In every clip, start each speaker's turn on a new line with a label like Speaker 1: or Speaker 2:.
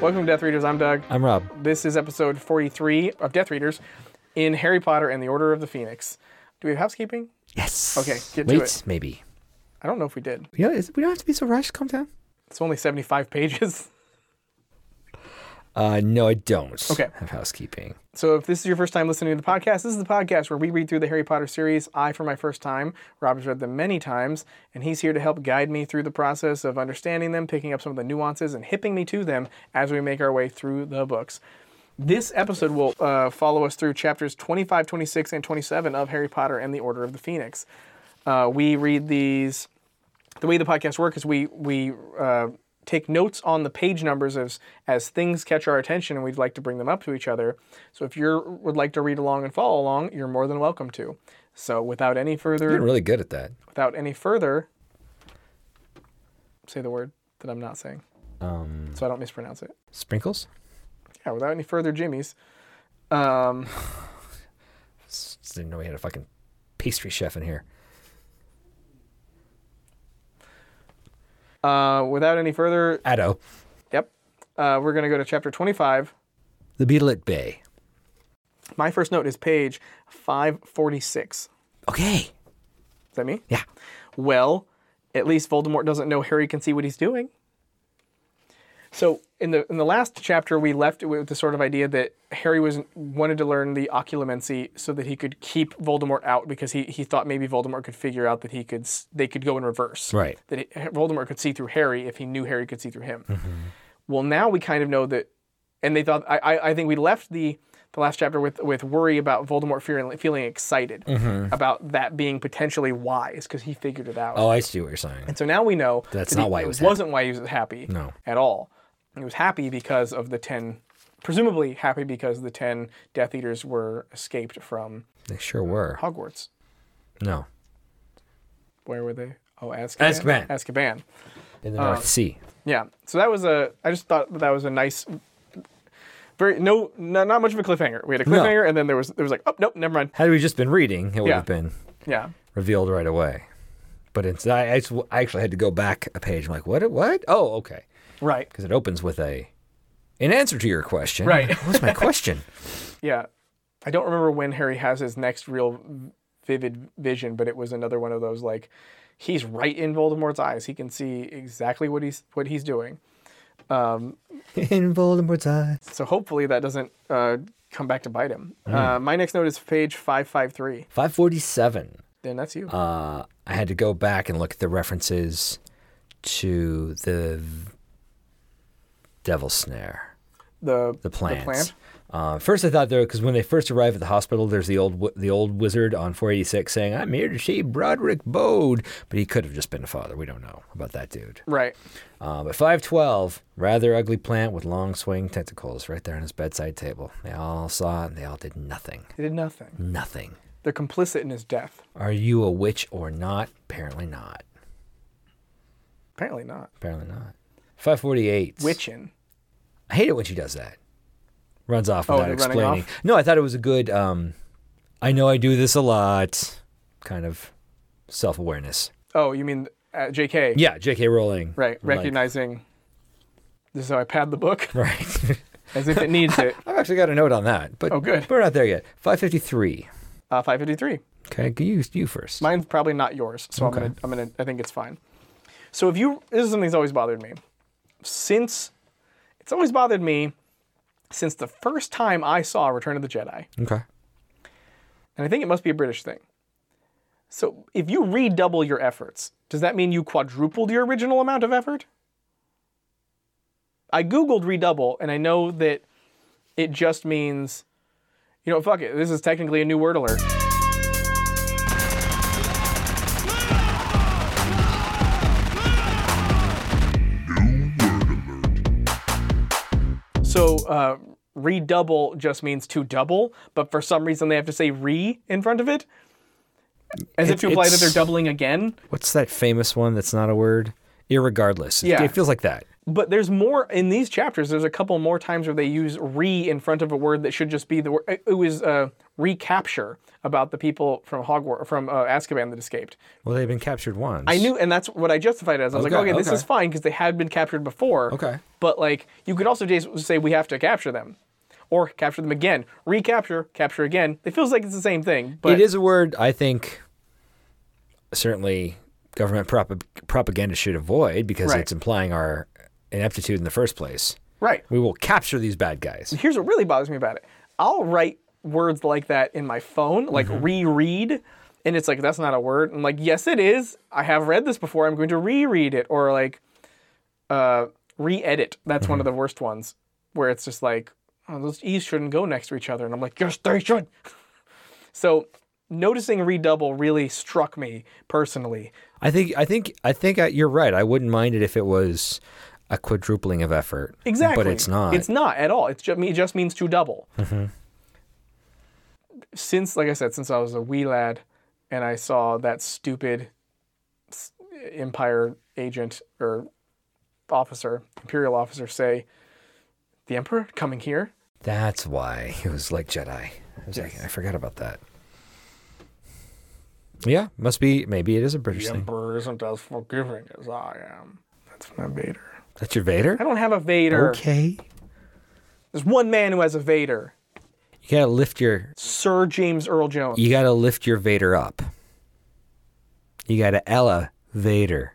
Speaker 1: Welcome to Death Readers. I'm Doug.
Speaker 2: I'm Rob.
Speaker 1: This is episode 43 of Death Readers in Harry Potter and the Order of the Phoenix. Do we have housekeeping?
Speaker 2: Yes.
Speaker 1: Okay, get to
Speaker 2: Wait,
Speaker 1: it.
Speaker 2: maybe.
Speaker 1: I don't know if we did.
Speaker 2: You know, is, we don't have to be so rushed. Calm down.
Speaker 1: It's only 75 pages.
Speaker 2: Uh, no, I don't.
Speaker 1: Okay.
Speaker 2: Have housekeeping.
Speaker 1: So if this is your first time listening to the podcast, this is the podcast where we read through the Harry Potter series. I, for my first time, Rob has read them many times, and he's here to help guide me through the process of understanding them, picking up some of the nuances, and hipping me to them as we make our way through the books. This episode will uh, follow us through chapters 25, 26, and 27 of Harry Potter and the Order of the Phoenix. Uh, we read these the way the podcast works is we we uh, take notes on the page numbers as as things catch our attention and we'd like to bring them up to each other. So if you would like to read along and follow along, you're more than welcome to. So without any
Speaker 2: You're
Speaker 1: further
Speaker 2: really good at that.
Speaker 1: without any further, say the word that I'm not saying,
Speaker 2: Um,
Speaker 1: so I don't mispronounce it.
Speaker 2: sprinkles?
Speaker 1: Yeah, without any further jimmies. Um,
Speaker 2: S- Didn't know we had a fucking pastry chef in here.
Speaker 1: uh, without any further,
Speaker 2: Addo.
Speaker 1: yep. Uh, we're gonna go to chapter 25.
Speaker 2: The Beetle at Bay.
Speaker 1: My first note is page 546.
Speaker 2: Okay.
Speaker 1: Is that me?
Speaker 2: Yeah.
Speaker 1: Well, at least Voldemort doesn't know Harry can see what he's doing. So in the in the last chapter, we left with the sort of idea that Harry was wanted to learn the occlumency so that he could keep Voldemort out because he, he thought maybe Voldemort could figure out that he could s- they could go in reverse
Speaker 2: Right.
Speaker 1: that it, Voldemort could see through Harry if he knew Harry could see through him.
Speaker 2: Mm-hmm.
Speaker 1: Well, now we kind of know that, and they thought I, I, I think we left the the last chapter with with worry about Voldemort fearing, feeling excited about that being potentially wise because he figured it out.
Speaker 2: Mm-hmm. Oh, I see what you're saying.
Speaker 1: And so now we know
Speaker 2: That's
Speaker 1: that
Speaker 2: not why he was
Speaker 1: it wasn't why he was happy
Speaker 2: No.
Speaker 1: at all. He was happy because of the ten, presumably happy because the ten Death Eaters were escaped from
Speaker 2: They sure were.
Speaker 1: Hogwarts.
Speaker 2: No.
Speaker 1: Where were they? Oh, Azkaban.
Speaker 2: Azkaban.
Speaker 1: Azkaban.
Speaker 2: In the
Speaker 1: Uh,
Speaker 2: North Sea.
Speaker 1: Yeah. So that was a. I just thought that, that was a nice. Very no, no, not much of a cliffhanger. We had a
Speaker 2: No.
Speaker 1: cliffhanger, and then there was there was like, oh nope, never mind.
Speaker 2: Had we just been reading, it would
Speaker 1: Yeah.
Speaker 2: have been
Speaker 1: Yeah.
Speaker 2: revealed right away. But it's, I, I s- I actually had to go back a page. I'm like, what? What? Oh, okay.
Speaker 1: Right.
Speaker 2: Because it opens with a an answer to your question.
Speaker 1: Right.
Speaker 2: What's my question?
Speaker 1: Yeah. I don't remember when Harry has his next real vivid vision, but it was another one of those like, he's right in Voldemort's eyes. He can see exactly what he's what he's doing.
Speaker 2: In Voldemort's eyes.
Speaker 1: So hopefully that doesn't uh, come back to bite him.
Speaker 2: Hmm.
Speaker 1: Uh, my next note is page five five three.
Speaker 2: 547.
Speaker 1: Then that's you.
Speaker 2: Uh, I had to go back and look at the references to the v- Devil's Snare,
Speaker 1: the
Speaker 2: the plants.
Speaker 1: plan.
Speaker 2: Uh, first, I thought there because when they first arrive at the hospital, there's the old wi- the old wizard on 486 saying, "I'm here to see Broderick Bode," but he could have just been a father. We don't know about that dude.
Speaker 1: Right.
Speaker 2: Uh, but 512, rather ugly plant with long swaying tentacles, right there on his bedside table. They all saw it and they all did nothing.
Speaker 1: They did nothing.
Speaker 2: Nothing.
Speaker 1: They're complicit in his death.
Speaker 2: Are you a witch or not? Apparently not.
Speaker 1: Apparently not.
Speaker 2: Apparently not. 548.
Speaker 1: Witchin.
Speaker 2: I hate it when she does that. Runs off
Speaker 1: Oh,
Speaker 2: without
Speaker 1: they're running
Speaker 2: explaining. No, I thought it was a good. Um, I know I do this a lot. Kind of self awareness.
Speaker 1: Oh, you mean uh, J.K.
Speaker 2: Yeah, J.K. Rowling.
Speaker 1: Right.
Speaker 2: Like-
Speaker 1: Recognizing this is how I pad the book
Speaker 2: right.
Speaker 1: as if it needs it.
Speaker 2: I've actually got a note on that, but
Speaker 1: Oh, good.
Speaker 2: but We're not there yet. Five fifty three.
Speaker 1: Uh, 553.
Speaker 2: Okay, you you first.
Speaker 1: Mine's probably not yours, so I'm gonna. I'm gonna. I think it's fine. So if you, this is something that's always bothered me. Since it's always bothered me since the first time I saw Return of the Jedi,
Speaker 2: okay.
Speaker 1: and I think it must be a British thing. So if you redouble your efforts, does that mean you quadrupled your original amount of effort? I googled redouble and I know that it just means you know, fuck it. This is technically a new word alert. So uh, redouble just means to double, but for some reason they have to say re in front of it, as if
Speaker 2: It-
Speaker 1: to imply that
Speaker 2: it's-
Speaker 1: they're doubling again.
Speaker 2: What's that famous one that's not a word? Irregardless. It-
Speaker 1: Yeah.
Speaker 2: It feels like that.
Speaker 1: But there's more in these chapters. There's a couple more times where they use "re" in front of a word that should just be the word. It was uh, recapture about the people from Hogwarts from uh, Azkaban that escaped.
Speaker 2: Well, they've been captured once.
Speaker 1: I knew, and that's what I justified it as. I was like,
Speaker 2: Okay,
Speaker 1: okay, this
Speaker 2: okay.
Speaker 1: is fine because they had been captured before.
Speaker 2: Okay.
Speaker 1: But like, you could also just say we have to capture them, or capture them again, recapture, capture again. It feels like it's the same thing, but
Speaker 2: it is a word I think certainly government prop- propaganda should avoid because
Speaker 1: Right.
Speaker 2: it's implying our ineptitude in the first place.
Speaker 1: right.
Speaker 2: We will capture these bad guys.
Speaker 1: Here's what really bothers me about it. I'll write words like that in my phone, like reread, and it's like that's not a word. I'm like, yes, it is. I have read this before. I'm going to reread it, or like, uh, re-edit. That's one of the worst ones, where it's just like oh, those e's shouldn't go next to each other, and I'm like, yes, they should. so noticing redouble really struck me personally.
Speaker 2: I think I think I think I, you're right. I wouldn't mind it if it was a quadrupling of effort.
Speaker 1: Exactly.
Speaker 2: But it's not. Mm-hmm.
Speaker 1: It's not at all. It's just, it just means to double. Since, like I said, since I was a wee lad and I saw that stupid s- Empire agent or officer, Imperial officer say, the Emperor coming here?
Speaker 2: That's why it was like Jedi. I, was like, I forgot about that. Yeah, must be. Maybe it is a British thing.
Speaker 1: Emperor isn't as forgiving as I am. That's my Vader.
Speaker 2: That's your Vader.
Speaker 1: I don't have a Vader.
Speaker 2: Okay.
Speaker 1: There's one man who has a Vader.
Speaker 2: You gotta lift your.
Speaker 1: Sir James Earl Jones.
Speaker 2: You gotta lift your Vader up. You gotta Ella Vader.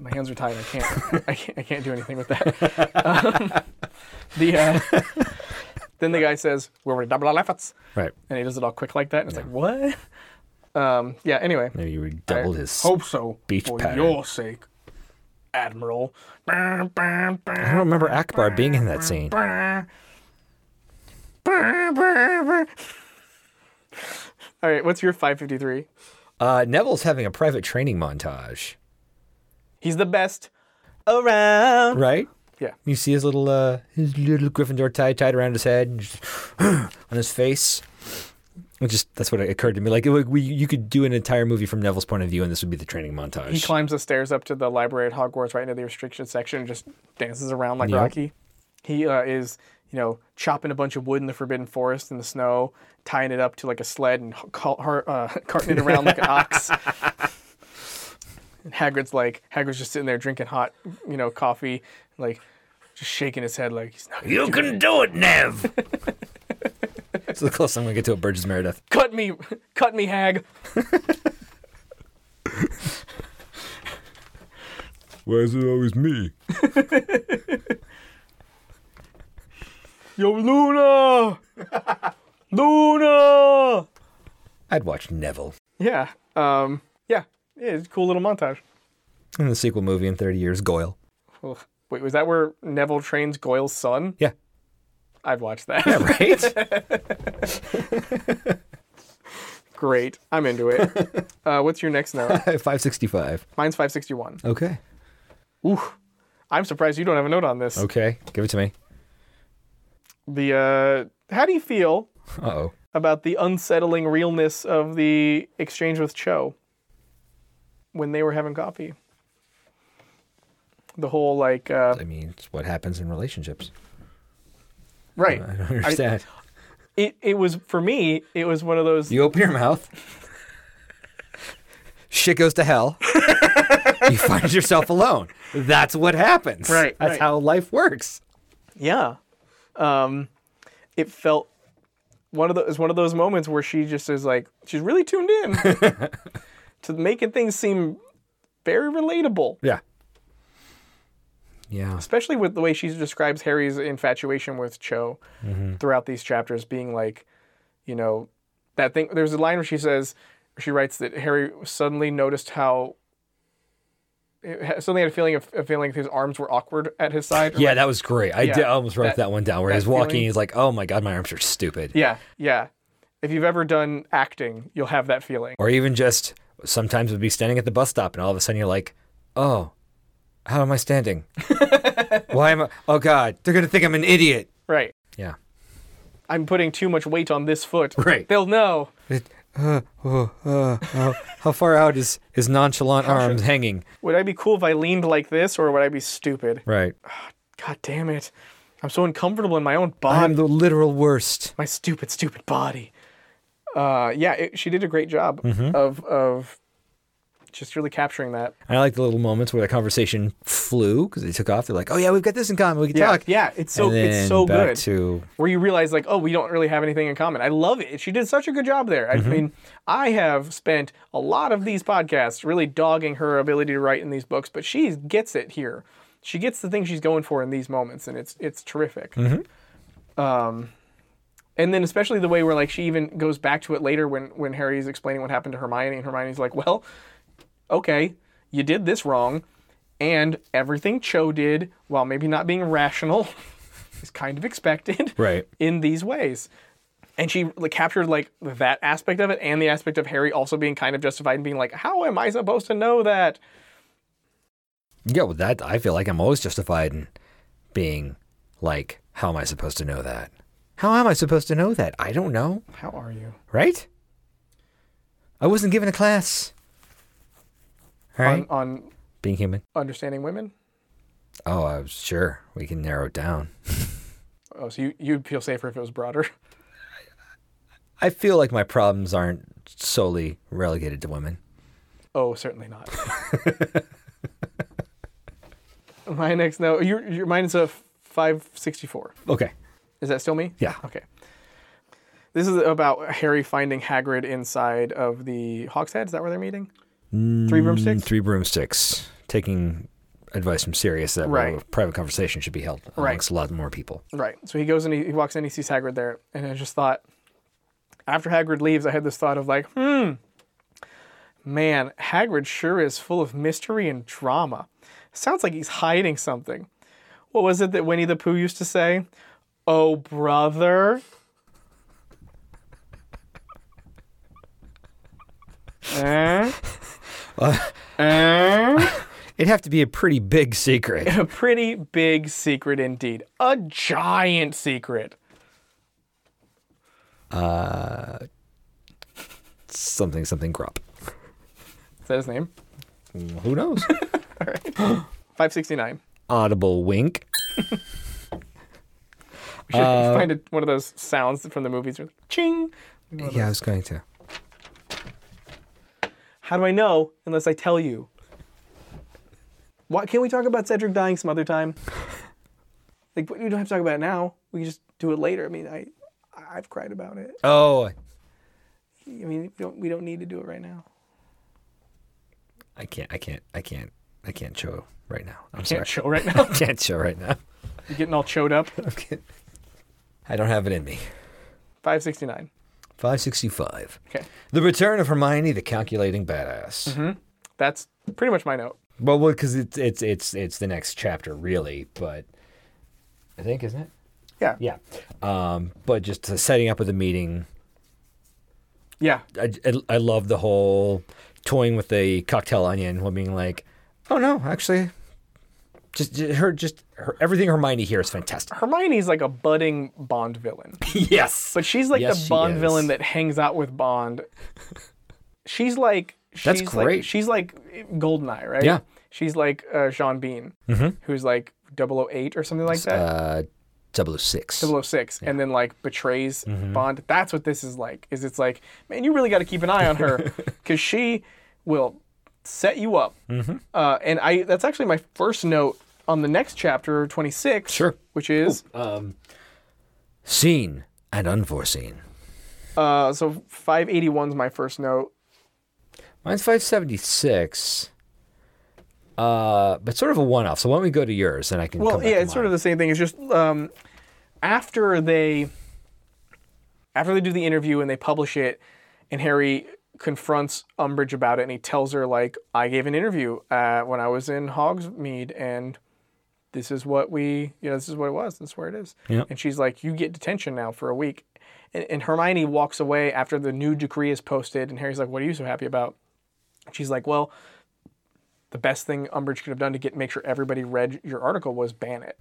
Speaker 1: my hands are tied. I can't. I can't. I can't do anything with that. Um, the uh, then the guy says, "We're gonna double our efforts,"
Speaker 2: Right.
Speaker 1: and he does it all quick like that. And it's like, what? Um, yeah. Anyway,
Speaker 2: Maybe you doubled his.
Speaker 1: hope so.
Speaker 2: Beach
Speaker 1: for
Speaker 2: pattern.
Speaker 1: your sake, Admiral.
Speaker 2: I don't remember Akbar being in that scene.
Speaker 1: All right. What's your 553?
Speaker 2: Uh, Neville's having a private training montage,
Speaker 1: He's the best around.
Speaker 2: right?
Speaker 1: Yeah.
Speaker 2: You see his little uh, his little Gryffindor tie tied around his head, and just on his face. It just that's what occurred to me. Like it, would- we, you could do an entire movie from Neville's point of view, and this would be the training montage.
Speaker 1: He climbs the stairs up to the library at Hogwarts, right into the restriction section, and just dances around like
Speaker 2: Yep.
Speaker 1: Rocky. He uh, is, you know, chopping a bunch of wood in the Forbidden Forest in the snow, tying it up to like a sled and h- call, har uh, carting it around like an ox. And Hagrid's like, Hagrid's just sitting there drinking hot, you know, coffee, like just shaking his head, like he's not gonna
Speaker 2: You can do it, Nev. It's the closest I'm gonna get to a Burgess Meredith.
Speaker 1: cut me, cut me, Hag.
Speaker 2: Why is it always me?
Speaker 1: Yo, Luna, Luna.
Speaker 2: I'd watch Neville
Speaker 1: Yeah, um, yeah, yeah. It's a cool little montage.
Speaker 2: in the sequel movie in 30 years. Goyle.
Speaker 1: Ugh. Wait, was that where Neville trains Goyle's son?
Speaker 2: Yeah.
Speaker 1: I'd watch that.
Speaker 2: Yeah, right.
Speaker 1: Great. I'm into it. uh, what's your next note?
Speaker 2: 565.
Speaker 1: Mine's 561.
Speaker 2: Okay.
Speaker 1: Ooh. I'm surprised you don't have a note on this.
Speaker 2: Okay. Give it to me.
Speaker 1: The uh, how do you feel
Speaker 2: Uh oh.
Speaker 1: about the unsettling realness of the exchange with Cho when they were having coffee? The whole like uh,
Speaker 2: I mean, it's what happens in relationships.
Speaker 1: right.
Speaker 2: I don't understand.
Speaker 1: It it was for me. It was one of those.
Speaker 2: you open your mouth. Shit goes to hell. you find yourself alone. That's what happens.
Speaker 1: Right,
Speaker 2: That's
Speaker 1: right.
Speaker 2: how life works.
Speaker 1: Yeah. Um, it felt one of those one of those moments where she just is like she's really tuned in to making things seem very relatable,
Speaker 2: Yeah. Yeah.
Speaker 1: especially with the way she describes Harry's infatuation with Cho throughout these chapters being like, you know, that thing there's a line where she says she writes that Harry suddenly noticed how eh, suddenly had a feeling of a feeling his arms were awkward at his side.
Speaker 2: Yeah, that was great. I
Speaker 1: Yeah,
Speaker 2: did, I almost wrote
Speaker 1: that-
Speaker 2: that, one down where
Speaker 1: that
Speaker 2: he's walking.
Speaker 1: feeling.
Speaker 2: He's like, "Oh my god, my arms are stupid,"
Speaker 1: Yeah, yeah. If you've ever done acting, you'll have that feeling.
Speaker 2: or even just sometimes would be standing at the bus stop, and all of a sudden you're like, "Oh, how am I standing? Why am I? Oh god, they're gonna think I'm an idiot."
Speaker 1: Right.
Speaker 2: Yeah,
Speaker 1: I'm putting too much weight on this foot.
Speaker 2: Right.
Speaker 1: They'll know.
Speaker 2: It- uh, oh, uh, oh. how far out is his nonchalant arms hanging?
Speaker 1: Would I be cool if I leaned like this, or would I be stupid?
Speaker 2: Right.
Speaker 1: God damn it. I'm so uncomfortable in my own body.
Speaker 2: I'm the literal worst.
Speaker 1: my stupid, stupid body. Uh, yeah, it, she did a great job
Speaker 2: Mm-hmm.
Speaker 1: of of just really capturing that.
Speaker 2: And I like the little moments where the conversation flew because they took off. They're like, "Oh yeah, we've got this in common. We can
Speaker 1: Yeah,
Speaker 2: talk."
Speaker 1: yeah, it's so
Speaker 2: and then
Speaker 1: it's so
Speaker 2: back
Speaker 1: good.
Speaker 2: to
Speaker 1: where you realize like, oh, we don't really have anything in common. I love it. She did such a good job there. I mean, I have spent a lot of these podcasts really dogging her ability to write in these books, but she gets it here. She gets the thing she's going for in these moments, and it's it's terrific. Um, and then especially the way where like she even goes back to it later when when Harry's explaining what happened to Hermione, and Hermione's like, well, okay, you did this wrong, and everything Cho did, while maybe not being rational, is kind of expected
Speaker 2: right.
Speaker 1: in these ways. And she like, captured like that aspect of it and the aspect of Harry also being kind of justified and being like, how am I supposed to know that?
Speaker 2: Yeah, well, that I feel like I'm always justified in being like, "How am I supposed to know that? How am I supposed to know that? I don't know,
Speaker 1: How are you?
Speaker 2: right? I wasn't given a class. All right,
Speaker 1: On, on
Speaker 2: being human.
Speaker 1: understanding women?
Speaker 2: Oh, I'm sure we can narrow it down.
Speaker 1: Oh, so you, you'd feel safer if it was broader.
Speaker 2: I feel like my problems aren't solely relegated to women.
Speaker 1: Oh, certainly not. My next note, your, your mine is a 564.
Speaker 2: Okay.
Speaker 1: Is that still me?
Speaker 2: Yeah.
Speaker 1: Okay. This is about Harry finding Hagrid inside of the Hogshead. Is that where they're meeting?
Speaker 2: Mm,
Speaker 1: Three broomsticks?
Speaker 2: Three broomsticks. Taking advice from Sirius that
Speaker 1: Right.
Speaker 2: a private conversation should be held
Speaker 1: Right.
Speaker 2: amongst a lot more people.
Speaker 1: Right. So he goes and he, he walks in, he sees Hagrid there, and I just thought, after Hagrid leaves, I had this thought of like, hmm, man, Hagrid sure is full of mystery and drama. Sounds like he's hiding something. What was it that Winnie the Pooh used to say? Oh, brother. Eh? Eh?
Speaker 2: It'd have to be a pretty big secret.
Speaker 1: a pretty big secret indeed. A giant secret.
Speaker 2: something, something crop.
Speaker 1: Is that his name?
Speaker 2: Who knows?
Speaker 1: 569.
Speaker 2: Audible wink.
Speaker 1: We should find a, one of those sounds from the movies. where Ching!
Speaker 2: Yeah, I was going to.
Speaker 1: How do I know unless I tell you? What, can we talk about Cedric dying some other time? Like, we don't have to talk about it now. We can just do it later. I mean, I, I've cried about it.
Speaker 2: Oh,
Speaker 1: I mean, we don't, we don't need to do it right now.
Speaker 2: I can't, I can't, I can't, I can't show right now. I'm
Speaker 1: Can't
Speaker 2: sorry.
Speaker 1: show right now.
Speaker 2: can't show right now.
Speaker 1: You're getting all chewed up.
Speaker 2: Okay. I don't have it in me.
Speaker 1: 569.
Speaker 2: 565.
Speaker 1: Okay.
Speaker 2: The return of Hermione, the calculating badass.
Speaker 1: That's pretty much my note.
Speaker 2: Well, well, because it's it's it's it's the next chapter, really. But I think isn't it?
Speaker 1: Yeah.
Speaker 2: Yeah. Um, but just the setting up of the meeting,
Speaker 1: Yeah.
Speaker 2: I, I, I love the whole toying with the cocktail onion, while being like, oh no, actually, just, just her, just her, everything Hermione here is fantastic.
Speaker 1: Hermione's like a budding Bond villain.
Speaker 2: yes.
Speaker 1: But she's like
Speaker 2: Yes,
Speaker 1: the
Speaker 2: she
Speaker 1: Bond
Speaker 2: is.
Speaker 1: villain that hangs out with Bond. She's like she's
Speaker 2: That's
Speaker 1: Like,
Speaker 2: great.
Speaker 1: she's like Goldeneye, right?
Speaker 2: Yeah. Mm-hmm.
Speaker 1: She's like uh, Sean Bean, who's like 008 or something like that.
Speaker 2: uh, 006.
Speaker 1: 006 and then like betrays
Speaker 2: Mm-hmm.
Speaker 1: Bond. That's what this is like. Is it's like, man, you really got to keep an eye on her cuz she will set you up.
Speaker 2: Mm-hmm.
Speaker 1: Uh, and I that's actually my first note on the next chapter 26,
Speaker 2: Sure.
Speaker 1: which is
Speaker 2: Um, Seen and unforeseen.
Speaker 1: uh, so 581's my first note.
Speaker 2: Mine's 576. Uh, but sort of a one off. So why don't we go to yours and I can come
Speaker 1: Well,
Speaker 2: back
Speaker 1: yeah,
Speaker 2: to
Speaker 1: it's sort
Speaker 2: mine.
Speaker 1: of the same thing. It's just um, after they after they do the interview and they publish it, and Harry confronts Umbridge about it, and he tells her like, "I gave an interview uh, when I was in Hogsmeade, and this is what we, you know, this is what it was. This is where it is."
Speaker 2: Yeah.
Speaker 1: And she's like, "You get detention now for a week." And, and Hermione walks away after the new decree is posted, and Harry's like, "What are you so happy about?" And she's like, "Well." the best thing Umbridge could have done to
Speaker 2: Mm-hmm.
Speaker 1: get make sure everybody read your article was ban it.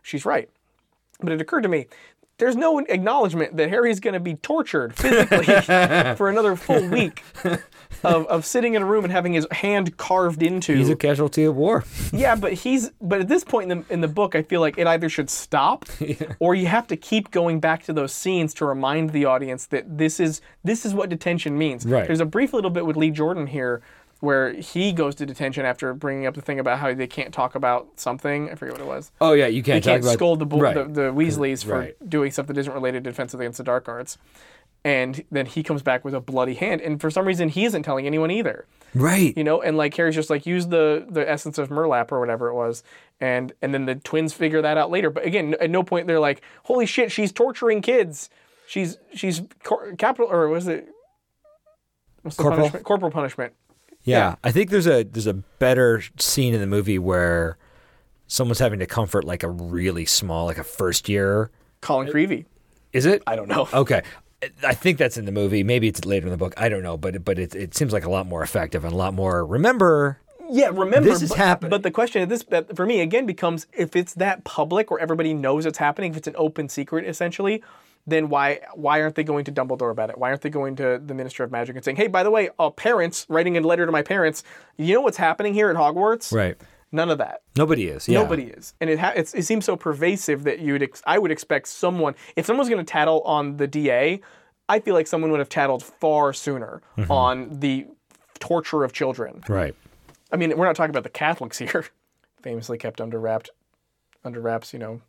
Speaker 1: She's right. But it occurred to me there's no acknowledgement that Harry's going to be tortured physically for another full week of, of sitting in a room and having his hand carved into.
Speaker 2: He's a casualty of war.
Speaker 1: yeah, but he's but at this point in the in the book, I feel like it either should stop or you have to keep going back to those scenes to remind the audience that this is this is what detention means.
Speaker 2: Right.
Speaker 1: There's a brief little bit with Lee Jordan here. Where he goes to detention after bringing up the thing about how they can't talk about something. I forget what it was
Speaker 2: Oh yeah, you can't,
Speaker 1: you can't
Speaker 2: talk about
Speaker 1: scold the, bo-
Speaker 2: right.
Speaker 1: the the Weasleys for
Speaker 2: Right.
Speaker 1: doing stuff that isn't related to Defense Against the Dark Arts. And then he comes back with a bloody hand, and for some reason he isn't telling anyone either,
Speaker 2: right.
Speaker 1: you know. And like Harry's just like use the the essence of Murlap or whatever it was, and and then the twins figure that out later. But again, at no point they're like, holy shit, she's torturing kids. She's she's cor- capital or was it what's the
Speaker 2: Corporal?
Speaker 1: punishment? Corporal punishment.
Speaker 2: Yeah.
Speaker 1: Yeah.
Speaker 2: I think there's a there's a better scene in the movie where someone's having to comfort like a really small, like a first year.
Speaker 1: Colin Creevy.
Speaker 2: Is it?
Speaker 1: I don't know.
Speaker 2: Okay. I think that's in the movie. Maybe it's later in the book. I don't know, but but it, it seems like a lot more effective and a lot more. Remember,
Speaker 1: Yeah, remember
Speaker 2: This is
Speaker 1: but,
Speaker 2: happening.
Speaker 1: But the question at this that for me again becomes if it's that public where everybody knows it's happening, if it's an open secret essentially, then why why aren't they going to Dumbledore about it? Why aren't they going to the Minister of Magic and saying, "Hey, by the way, uh, parents writing a letter to my parents, you know what's happening here at Hogwarts?"
Speaker 2: right?
Speaker 1: None of that.
Speaker 2: Nobody is. Yeah.
Speaker 1: Nobody is, and it ha- it's, it seems so pervasive that you'd ex- I would expect someone if someone's going to tattle on the DA, I feel like someone would have tattled far sooner
Speaker 2: Mm-hmm.
Speaker 1: on the torture of children.
Speaker 2: Right.
Speaker 1: I mean, we're not talking about the Catholics here, famously kept under wrapped, under wraps. You know,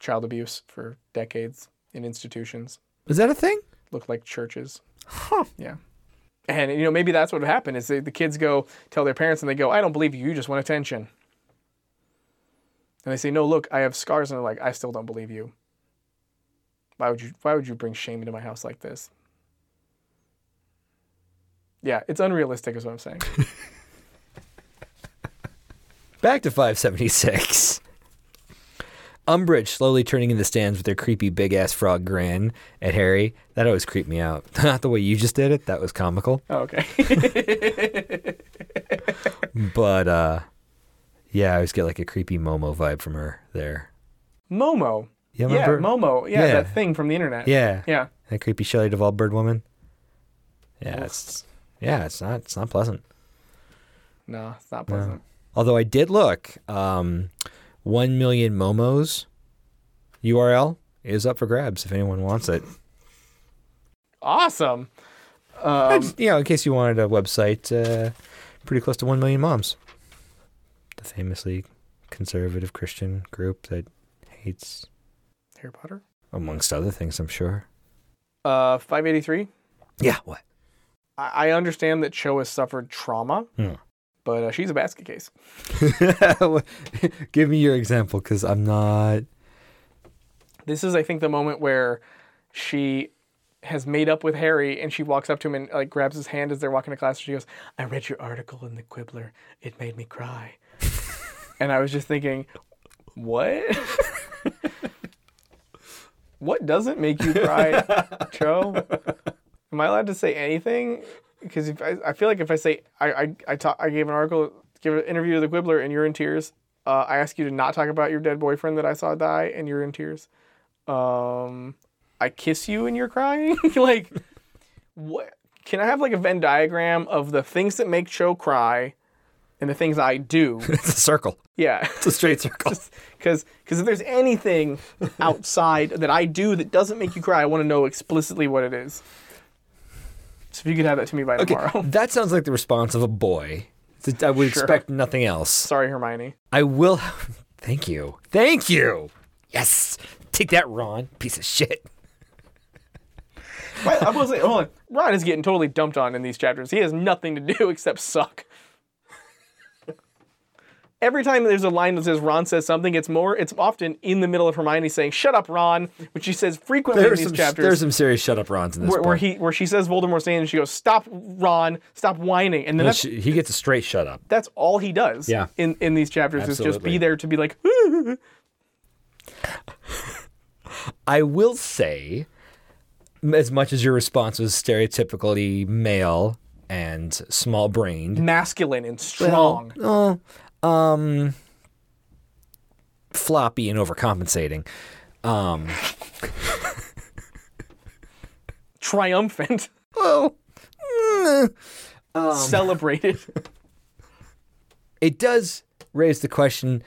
Speaker 1: child abuse for decades in institutions,
Speaker 2: Is that a thing?
Speaker 1: looked like churches. Huh. Yeah. And you know, maybe that's what would happen is the, the kids go tell their parents, and they go, "I don't believe you. You just want attention." And they say, "No, look, I have scars," and they're like, "I still don't believe you. Why would you? Why would you bring shame into my house like this?" Yeah, it's unrealistic, is what I'm saying.
Speaker 2: Back to 576. Umbridge slowly turning in the stands with her creepy big ass frog grin at Harry. That always creeped me out. Not the way you just did it. That was comical.
Speaker 1: Oh, okay.
Speaker 2: But uh yeah, I always get like a creepy Momo vibe from her there.
Speaker 1: Momo.
Speaker 2: Yeah,
Speaker 1: Yeah,
Speaker 2: remember?
Speaker 1: Momo. Yeah,
Speaker 2: Yeah.
Speaker 1: that thing from the internet.
Speaker 2: yeah.
Speaker 1: Yeah.
Speaker 2: That creepy Shelley Duvall bird woman. Yeah, it's yeah, it's not it's not pleasant.
Speaker 1: No, it's not pleasant.
Speaker 2: Although I did look, um, one million momos URL is up for grabs if anyone wants it.
Speaker 1: Awesome. Um,
Speaker 2: I just- you know, in case you wanted a website, uh, pretty close to one million moms. The famously conservative Christian group that hates,
Speaker 1: Harry Potter.
Speaker 2: amongst other things, I'm sure.
Speaker 1: Uh, 583.
Speaker 2: Yeah. What?
Speaker 1: I, I understand that Cho has suffered trauma,
Speaker 2: Hmm.
Speaker 1: but uh, she's a basket case.
Speaker 2: Give me your example, because I'm not.
Speaker 1: This is, I think, the moment where she has made up with Harry and she walks up to him and like grabs his hand as they're walking to class. And she goes, I read your article in the Quibbler. It made me cry. and I was just thinking, what? what doesn't make you cry, Cho? Am I allowed to say anything? Because if I, I feel like if I say I I I, ta- I gave an article, give an interview to the Quibbler, and you're in tears. Uh, I ask you to not talk about your dead boyfriend that I saw die, and you're in tears. Um, I kiss you, and you're crying. like, what? Can I have like a Venn diagram of the things that make Cho cry, and the things I do?
Speaker 2: It's a circle.
Speaker 1: yeah.
Speaker 2: It's a straight circle.
Speaker 1: Because if there's anything outside that I do that doesn't make you cry, I want to know explicitly what it is. So if you could have that to me by tomorrow.
Speaker 2: that sounds like the response of a boy. Th- I would
Speaker 1: Sure.
Speaker 2: expect nothing else.
Speaker 1: Sorry, Hermione.
Speaker 2: I will. Thank you. Thank you. Yes. Take that, Ron. Piece of shit.
Speaker 1: Wait, I was like, hold on. Ron is getting totally dumped on in these chapters. He has nothing to do except suck. Every time there's a line that says Ron says something, it's more. It's often in the middle of Hermione saying "Shut up, Ron," which she says frequently in
Speaker 2: There's
Speaker 1: these
Speaker 2: some,
Speaker 1: chapters.
Speaker 2: there's some serious shut up Rons in this
Speaker 1: where, where
Speaker 2: book.
Speaker 1: he where she says Voldemort's name and she goes, "Stop, Ron! Stop whining!" And then that's
Speaker 2: he gets a straight shut up.
Speaker 1: that's all he does
Speaker 2: Yeah.
Speaker 1: in, in these chapters is just
Speaker 2: Absolutely.
Speaker 1: be there to be like
Speaker 2: I will say, m- as much as your response was stereotypically male and small brained,
Speaker 1: masculine and strong.
Speaker 2: oh, um, floppy and overcompensating. Um,
Speaker 1: triumphant,
Speaker 2: Oh. um,
Speaker 1: celebrated.
Speaker 2: It does raise the question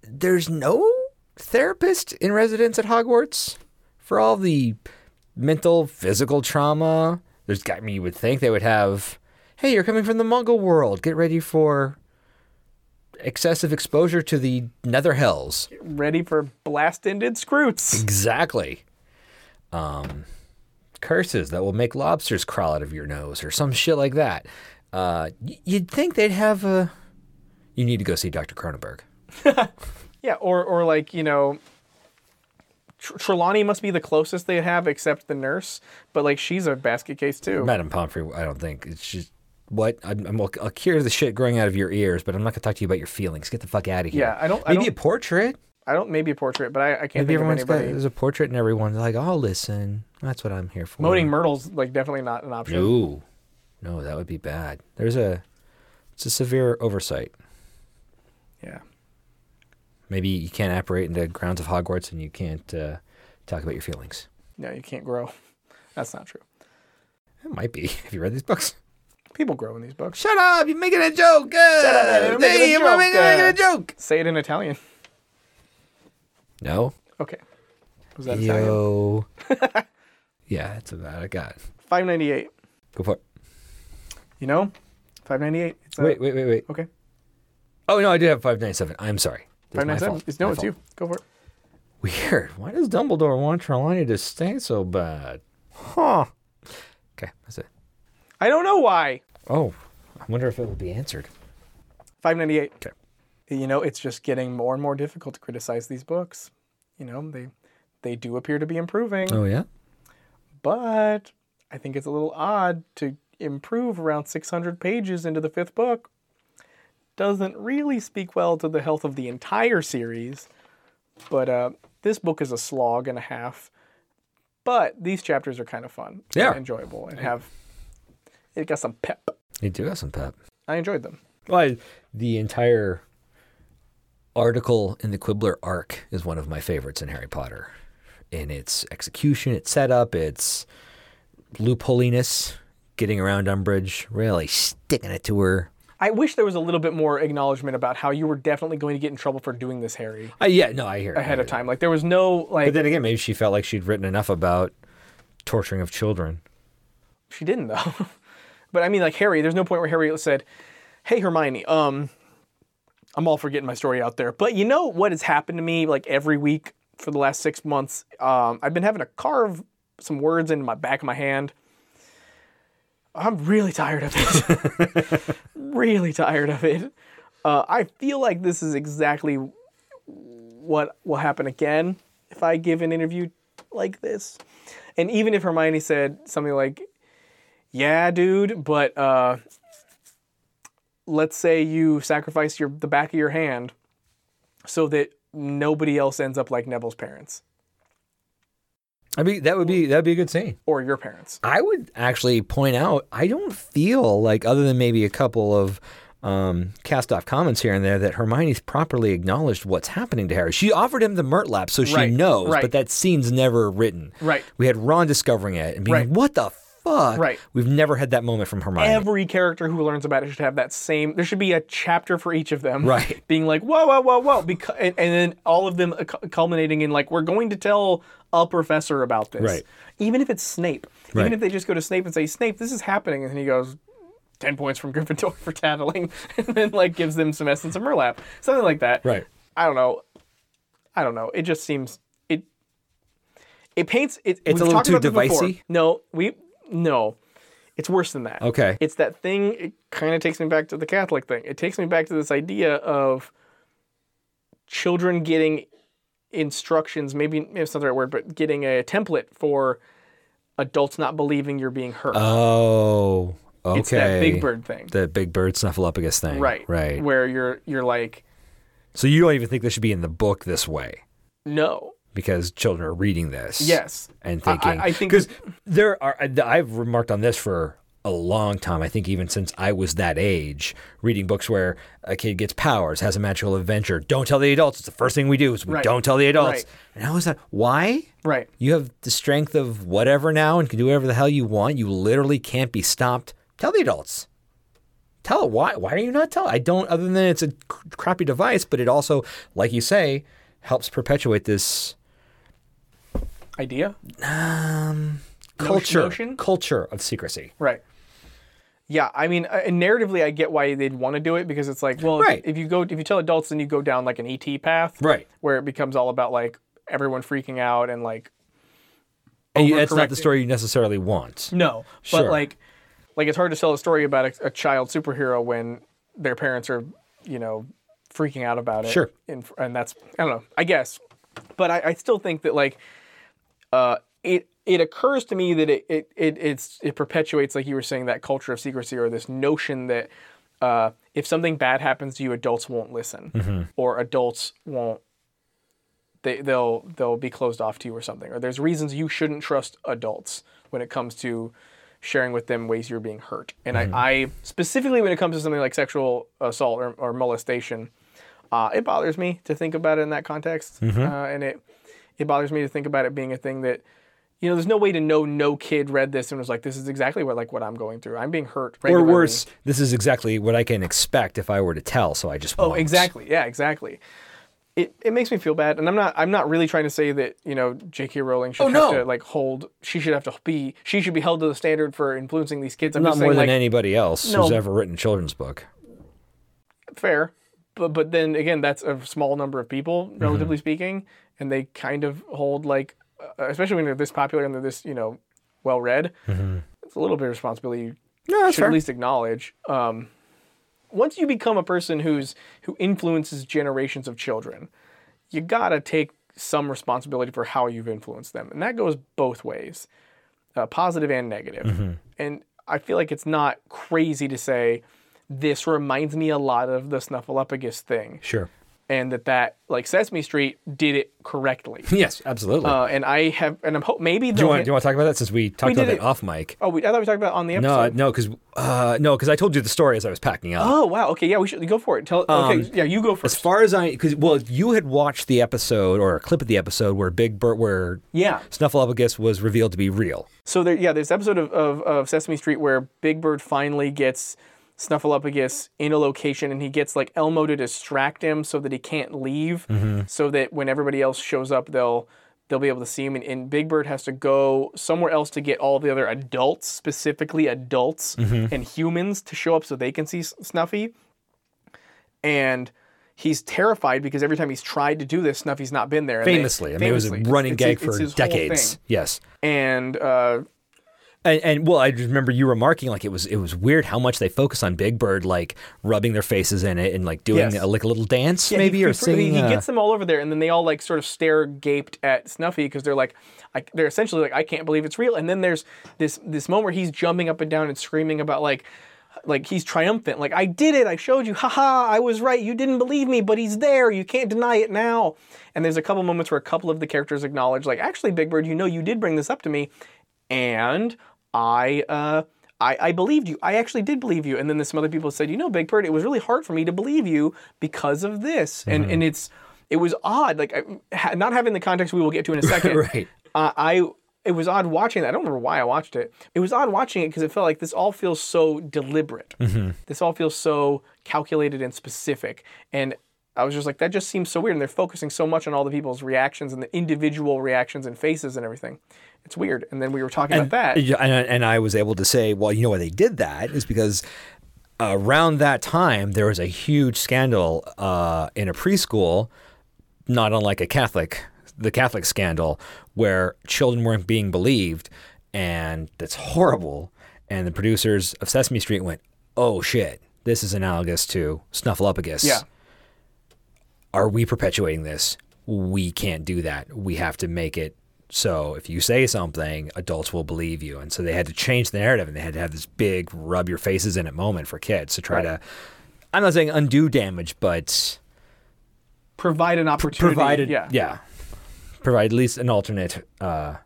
Speaker 2: there's no therapist in residence at Hogwarts for all the mental, physical trauma. There's got I mean, you would think they would have, hey, you're coming from the Muggle world. Get ready for excessive exposure to the nether hells.
Speaker 1: Ready for blast ended scroots.
Speaker 2: Exactly. Um, curses that will make lobsters crawl out of your nose or some shit like that. Uh, y- you'd think they'd have a. You need to go see Dr. Cronenberg.
Speaker 1: Yeah, or or like you know, Tr- Trelawney must be the closest they have, except the nurse. But like she's a basket case too.
Speaker 2: Madame Pomfrey, I don't think. It's just. What? I'm, I'm, I'll I'll cure the shit growing out of your ears, but I'm not going to talk to you about your feelings. Get the fuck out of here.
Speaker 1: Yeah, I don't- I
Speaker 2: Maybe
Speaker 1: don't-
Speaker 2: a portrait.
Speaker 1: I don't maybe a portrait, but I, I can't
Speaker 2: Maybe
Speaker 1: think of
Speaker 2: everyone's got.
Speaker 1: anybody.
Speaker 2: There's a portrait in everyone. They're like, oh, listen, that's what I'm here for.
Speaker 1: Moaning Myrtle's like definitely not an option.
Speaker 2: Ooh, no, that would be bad. There's a. It's a severe oversight.
Speaker 1: Yeah,
Speaker 2: Maybe you can't operate in the grounds of Hogwarts and you can't uh, talk about your feelings.
Speaker 1: no, you can't grow. That's not true.
Speaker 2: It might be. Have you read these books?
Speaker 1: People grow in these books.
Speaker 2: Shut up! You're making a joke. Uh, Shut
Speaker 1: up, you're making a joke, uh.
Speaker 2: joke.
Speaker 1: Say it in Italian.
Speaker 2: No.
Speaker 1: Okay, was that Italian?
Speaker 2: Yo. yeah, that's about I got.
Speaker 1: Five ninety eight.
Speaker 2: Go for it.
Speaker 1: You know, five ninety eight.
Speaker 2: Wait, wait, wait, wait.
Speaker 1: Okay,
Speaker 2: Oh no, I do have five nine seven. I'm sorry. That's
Speaker 1: five
Speaker 2: my
Speaker 1: ninety seven.
Speaker 2: fault.
Speaker 1: It's no,
Speaker 2: My
Speaker 1: it's
Speaker 2: fault.
Speaker 1: you. Go for it.
Speaker 2: Weird. Why does Dumbledore want Trelawney to stay so bad? Huh. Okay, that's it.
Speaker 1: I don't know why.
Speaker 2: Oh, I wonder if it will be answered.
Speaker 1: Five ninety eight.
Speaker 2: Okay.
Speaker 1: you know it's just getting more and more difficult to criticize these books you know they they do appear to be improving
Speaker 2: Oh yeah.
Speaker 1: but i think it's a little odd to improve around 600 pages into the fifth book doesn't really speak well to the health of the entire series but uh, this book is a slog and a half but these chapters are kind of fun and
Speaker 2: Yeah.
Speaker 1: enjoyable and have it got some pep
Speaker 2: You do have some pep.
Speaker 1: i enjoyed them
Speaker 2: Well, the entire article in the Quibbler arc is one of my favorites in Harry Potter. In its execution, its setup, its loopholiness, getting around Umbridge, really sticking it to her.
Speaker 1: I wish there was a little bit more acknowledgement about how you were definitely going to get in trouble for doing this, Harry,
Speaker 2: I, yeah, no, I hear it.
Speaker 1: ahead of time. Like there was no like
Speaker 2: But then again, maybe she felt like she'd written enough about torturing of children.
Speaker 1: she didn't though. but I mean, like Harry, there's no point where Harry said, "Hey, Hermione, um, I'm all for getting my story out there, but you know what has happened to me like every week for the last six months? Um, I've been having to carve some words into my back of my hand. I'm really tired of it. really tired of it. Uh, I feel like this is exactly what will happen again if I give an interview like this. And even if Hermione said something like, "Yeah, dude, but uh, let's say you sacrifice your the back of your hand so that nobody else ends up like Neville's parents
Speaker 2: I mean, that would be that would be a good scene.
Speaker 1: or your parents."
Speaker 2: I would actually point out I don't feel like other than maybe a couple of um, cast off comments here and there that Hermione's properly acknowledged what's happening to Harry. She offered him the Mertlap so she
Speaker 1: Right,
Speaker 2: knows,
Speaker 1: right.
Speaker 2: but that scene's never written.
Speaker 1: Right.
Speaker 2: We had Ron discovering it and being
Speaker 1: Right.
Speaker 2: like, "What the fuck?"
Speaker 1: Right.
Speaker 2: We've never had that moment from Hermione.
Speaker 1: Every character who learns about it should have that same. There should be a chapter for each of them,
Speaker 2: Right.
Speaker 1: Being like, whoa, whoa, whoa, whoa, because, and, and then all of them uh, cu- culminating in like, we're going to tell a professor about this,
Speaker 2: Right.
Speaker 1: Even if it's Snape,
Speaker 2: Right.
Speaker 1: even if they just go to Snape and say, Snape, this is happening, and he goes, 10 points from Gryffindor for tattling, and then like gives them some essence of Murlap. Something like that.
Speaker 2: Right.
Speaker 1: I don't know. I don't know. It just seems it it paints it
Speaker 2: It's a
Speaker 1: we've
Speaker 2: little
Speaker 1: talked
Speaker 2: too
Speaker 1: about this before.
Speaker 2: devicey?
Speaker 1: No, we no. It's worse than that.
Speaker 2: Okay.
Speaker 1: It's that thing it kind of takes me back to the Catholic thing. It takes me back to this idea of children getting instructions, maybe maybe it's not the right word, but getting a template for adults not believing you're being hurt.
Speaker 2: oh, okay.
Speaker 1: It's that big bird thing.
Speaker 2: The big bird snuffleupagus thing.
Speaker 1: right.
Speaker 2: Right.
Speaker 1: Where you're you're like,
Speaker 2: So you don't even think this should be in the book this way
Speaker 1: no.
Speaker 2: because children are reading this.
Speaker 1: Yes.
Speaker 2: and
Speaker 1: I- I-
Speaker 2: thinking.
Speaker 1: I think-
Speaker 2: because there are. I- I've remarked on this for a long time. I think even since I was that age, reading books where a kid gets powers, has a magical adventure. Don't tell the adults. It's the first thing we do is we
Speaker 1: Right.
Speaker 2: don't tell the adults.
Speaker 1: Right.
Speaker 2: And I was like, why?
Speaker 1: Right.
Speaker 2: You have the strength of whatever now and can do whatever the hell you want. You literally can't be stopped. Tell the adults. Tell it. Why? Why are you not telling? I don't. Other than it's a cr- crappy device, but it also, like you say, helps perpetuate this
Speaker 1: Idea?
Speaker 2: culture
Speaker 1: notion?
Speaker 2: culture of secrecy.
Speaker 1: Right. Yeah, I mean, uh, narratively, I get why they'd want to do it because it's like, well,
Speaker 2: Right.
Speaker 1: if you go, if you tell adults, then you go down like an ET path,
Speaker 2: Right.
Speaker 1: where it becomes all about like everyone freaking out and like
Speaker 2: And you, it's not the
Speaker 1: Overcorrecting.
Speaker 2: story you necessarily want.
Speaker 1: no,
Speaker 2: Sure.
Speaker 1: but like, like it's hard to tell a story about a, a child superhero when their parents are, you know, freaking out about it.
Speaker 2: Sure.
Speaker 1: and, and that's I don't know, I guess, but I, I still think that like, uh, it it occurs to me that it it, it it's it perpetuates like you were saying that culture of secrecy or this notion that. Uh, if something bad happens to you, adults won't listen,
Speaker 2: Mm-hmm.
Speaker 1: or adults won't they, they'll they'll be closed off to you or something. Or there's reasons you shouldn't trust adults when it comes to sharing with them ways you're being hurt. And
Speaker 2: Mm-hmm.
Speaker 1: I, I specifically when it comes to something like sexual assault or, or molestation, uh, it bothers me to think about it in that context,
Speaker 2: Mm-hmm.
Speaker 1: uh, and it it bothers me to think about it being a thing that. You know, there's no way to know no kid read this and was like, "This is exactly what like what I'm going through. I'm being hurt."
Speaker 2: Or
Speaker 1: regularly."
Speaker 2: worse, this is exactly what I can expect if I were to tell, so I just
Speaker 1: Oh,
Speaker 2: won't.
Speaker 1: exactly. Yeah, exactly. It, it makes me feel bad, and I'm not I'm not really trying to say that you know J.K. Rowling should
Speaker 2: Oh,
Speaker 1: have
Speaker 2: no.
Speaker 1: to like hold she should have to be she should be held to the standard for influencing these kids. I'm
Speaker 2: Not
Speaker 1: just
Speaker 2: more
Speaker 1: saying
Speaker 2: than
Speaker 1: like
Speaker 2: anybody else who's
Speaker 1: No.
Speaker 2: ever written a children's book.
Speaker 1: fair, but but then again that's a small number of people
Speaker 2: Mm-hmm.
Speaker 1: relatively speaking, and they kind of hold like uh, especially when they're this popular and they're this you know well read,
Speaker 2: Mm-hmm.
Speaker 1: it's a little bit of responsibility you
Speaker 2: No, that's
Speaker 1: should at least acknowledge. Um, once you become a person who's who influences generations of children, you gotta take some responsibility for how you've influenced them, and that goes both ways, uh, positive and negative.
Speaker 2: Mm-hmm.
Speaker 1: And I feel like it's not crazy to say this reminds me a lot of the Snuffleupagus thing,
Speaker 2: Sure.
Speaker 1: and that that like Sesame Street did it correctly.
Speaker 2: Yes, absolutely.
Speaker 1: Uh, and I have, and I'm hope maybe
Speaker 2: do
Speaker 1: the
Speaker 2: you want do you want to talk about that since we talked about
Speaker 1: did
Speaker 2: that
Speaker 1: it-
Speaker 2: off mic?
Speaker 1: oh we, I thought we talked about it on the episode.
Speaker 2: No, I- no, because uh, no, because I told you the story as I was packing up.
Speaker 1: Oh wow. Okay. Yeah. We should go for it. Tell. okay. Yeah. You go
Speaker 2: Um, As
Speaker 1: first.
Speaker 2: far as I, because well, you had watched the episode or a clip of the episode where Big Bird, where
Speaker 1: Yeah.
Speaker 2: Snuffleupagus was revealed to be real.
Speaker 1: So there. Yeah. There's an episode of, of, of Sesame Street where Big Bird finally gets Snuffleupagus in a location, and he gets like Elmo to distract him so that he can't leave,
Speaker 2: Mm-hmm.
Speaker 1: so that when everybody else shows up, they'll they'll be able to see him. And, and Big Bird has to go somewhere else to get all the other adults, specifically adults
Speaker 2: Mm-hmm.
Speaker 1: and humans, to show up so they can see S- Snuffy. and he's terrified because every time he's tried to do this, Snuffy's not been there. and they-
Speaker 2: Famously, I mean, it was a
Speaker 1: famously.
Speaker 2: running
Speaker 1: It's-
Speaker 2: gag
Speaker 1: it's- it's
Speaker 2: for
Speaker 1: his whole
Speaker 2: decades.
Speaker 1: thing.
Speaker 2: Yes.
Speaker 1: And uh,
Speaker 2: And, and well, I just remember you remarking like it was it was weird how much they focus on Big Bird like rubbing their faces in it and like doing
Speaker 1: Yes.
Speaker 2: a, like a little dance
Speaker 1: yeah,
Speaker 2: maybe
Speaker 1: he,
Speaker 2: or
Speaker 1: he-
Speaker 2: singing.
Speaker 1: he
Speaker 2: uh,
Speaker 1: gets them all over there, and then they all like sort of stare, gaped at Snuffy because they're like, I, they're essentially like, I can't believe it's real. And then there's this this moment where he's jumping up and down and screaming about like. Like he's triumphant. Like I did it. I showed you. Ha ha! I was right. You didn't believe me, but he's there. You can't deny it now. And there's a couple moments where a couple of the characters acknowledge, like, actually, Big Bird, you know, you did bring this up to me, and I uh, I, I believed you. I actually did believe you. And then there's some other people said, you know, Big Bird, it was really hard for me to believe you because of this. And and it's it was odd, like I, ha, not having the context we will get to in a second.
Speaker 2: Right.
Speaker 1: Uh, I it was odd watching that. I don't remember why I watched it. It was odd watching it because it felt like this all feels so deliberate. This all feels so calculated and specific. And I was just like, that just seems so weird. And they're focusing so much on all the people's reactions and the individual reactions and faces and everything. It's weird. And then we were talking about that.
Speaker 2: Yeah, and, I- and I was able to say, well, you know why they did that is because around that time there was a huge scandal uh, in a preschool, not unlike a Catholic, the Catholic scandal, where children weren't being believed, and that's horrible. And the producers of Sesame Street went, "Oh shit, this is analogous to Snuffleupagus."
Speaker 1: Yeah.
Speaker 2: are we perpetuating this? We can't do that. We have to make it so if you say something, adults will believe you. And so they had to change the narrative and they had to have this big rub your faces in it moment for kids to try to, I'm not saying undo damage, but
Speaker 1: Provide an opportunity.
Speaker 2: provide, a-
Speaker 1: yeah.
Speaker 2: provide at least an alternate uh,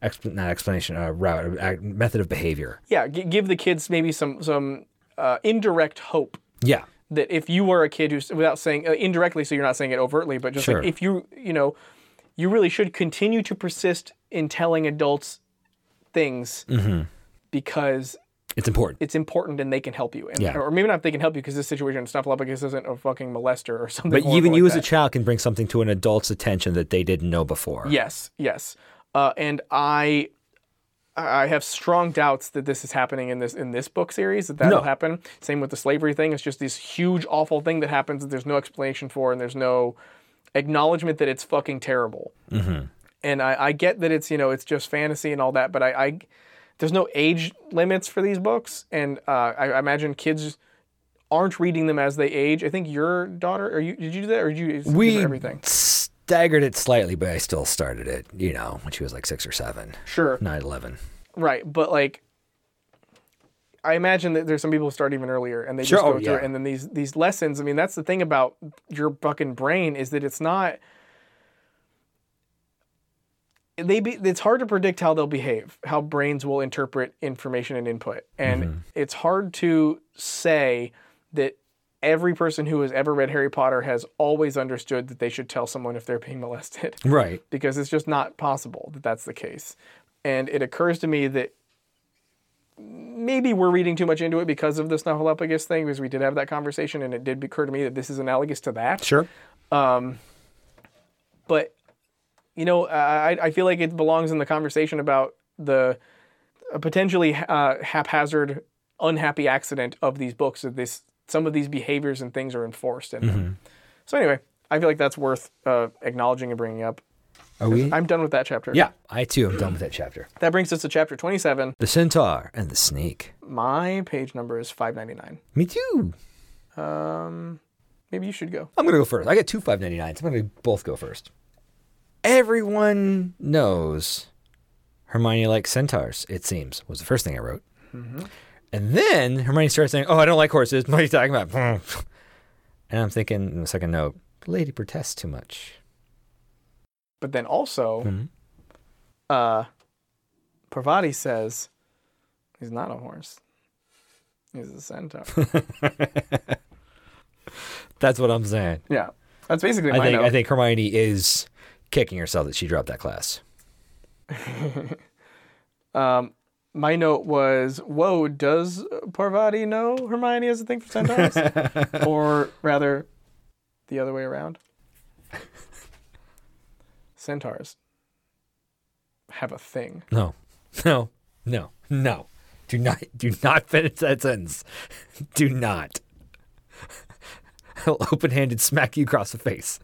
Speaker 2: Expl- not explanation, uh, route, uh, method of behavior.
Speaker 1: Yeah, g- give the kids maybe some some uh, indirect hope
Speaker 2: Yeah.
Speaker 1: that if you are a kid who's without saying uh, indirectly, so you're not saying it overtly, but just
Speaker 2: Sure.
Speaker 1: like if you you know, you really should continue to persist in telling adults things
Speaker 2: Mm-hmm.
Speaker 1: because
Speaker 2: It's important.
Speaker 1: it's important and they can help you. And,
Speaker 2: Yeah.
Speaker 1: Or maybe not if they can help you because this situation in Snuffleupagus isn't a fucking molester or something.
Speaker 2: But
Speaker 1: horrible
Speaker 2: even
Speaker 1: like
Speaker 2: you
Speaker 1: that.
Speaker 2: as a child can bring something to an adult's attention that they didn't know before.
Speaker 1: Yes, yes. Uh, and I I have strong doubts that this is happening in this in this book series that that'll
Speaker 2: No.
Speaker 1: happen. Same with the slavery thing. It's just this huge awful thing that happens that there's no explanation for and there's no acknowledgement that it's fucking terrible. Mm-hmm. And I, I get that it's you know it's just fantasy and all that, but I, I there's no age limits for these books, and uh, I, I imagine kids aren't reading them as they age. I think your daughter, or you did you do that, or did you give her
Speaker 2: We
Speaker 1: everything?
Speaker 2: staggered it slightly, but I still started it, you know, when she was like six or seven,
Speaker 1: Sure.
Speaker 2: not 11.
Speaker 1: Right, but like, I imagine that there's some people who start even earlier and they
Speaker 2: Sure,
Speaker 1: just go
Speaker 2: oh,
Speaker 1: through
Speaker 2: yeah.
Speaker 1: it, and then these these lessons. I mean, that's the thing about your fucking brain is that it's not. They be, it's hard to predict how they'll behave, how brains will interpret information and input, and
Speaker 2: Mm-hmm.
Speaker 1: it's hard to say that every person who has ever read Harry Potter has always understood that they should tell someone if they're being molested
Speaker 2: Right.
Speaker 1: because it's just not possible that that's the case. And it occurs to me that maybe we're reading too much into it because of the Snuffleupagus thing, because we did have that conversation, and it did occur to me that this is analogous to that.
Speaker 2: Sure.
Speaker 1: But you know, I, I feel like it belongs in the conversation about the a potentially uh, haphazard, unhappy accident of these books. That this some of these behaviors and things are enforced in
Speaker 2: Mm-hmm.
Speaker 1: them. So anyway, I feel like that's worth uh, acknowledging and bringing up.
Speaker 2: Are we?
Speaker 1: I'm done with that chapter.
Speaker 2: Mm-hmm. yeah. I too am done with that chapter.
Speaker 1: That brings us to chapter 27.
Speaker 2: The centaur and the snake.
Speaker 1: My page number is 599.
Speaker 2: Me too.
Speaker 1: Maybe you should go.
Speaker 2: I'm gonna go first. I got two five ninety nines. I'm gonna both go first. Everyone knows Hermione likes centaurs. It seems was the first thing I wrote, and then Hermione starts saying, "Oh, I don't like horses." What are you talking about? And I'm thinking in the second note, the lady protests too much.
Speaker 1: But then also, uh, Parvati says he's not a horse. He's a centaur.
Speaker 2: That's what I'm saying.
Speaker 1: yeah. That's basically my
Speaker 2: I think
Speaker 1: note.
Speaker 2: I think Hermione is kicking herself that she dropped that class.
Speaker 1: um, my note was, whoa, does Parvati know Hermione has a thing for centaurs? or rather, the other way around. Centaurs have a thing.
Speaker 2: No, no, no, no. Do not, do not finish that sentence. Do not. I'll open-handed smack you across the face.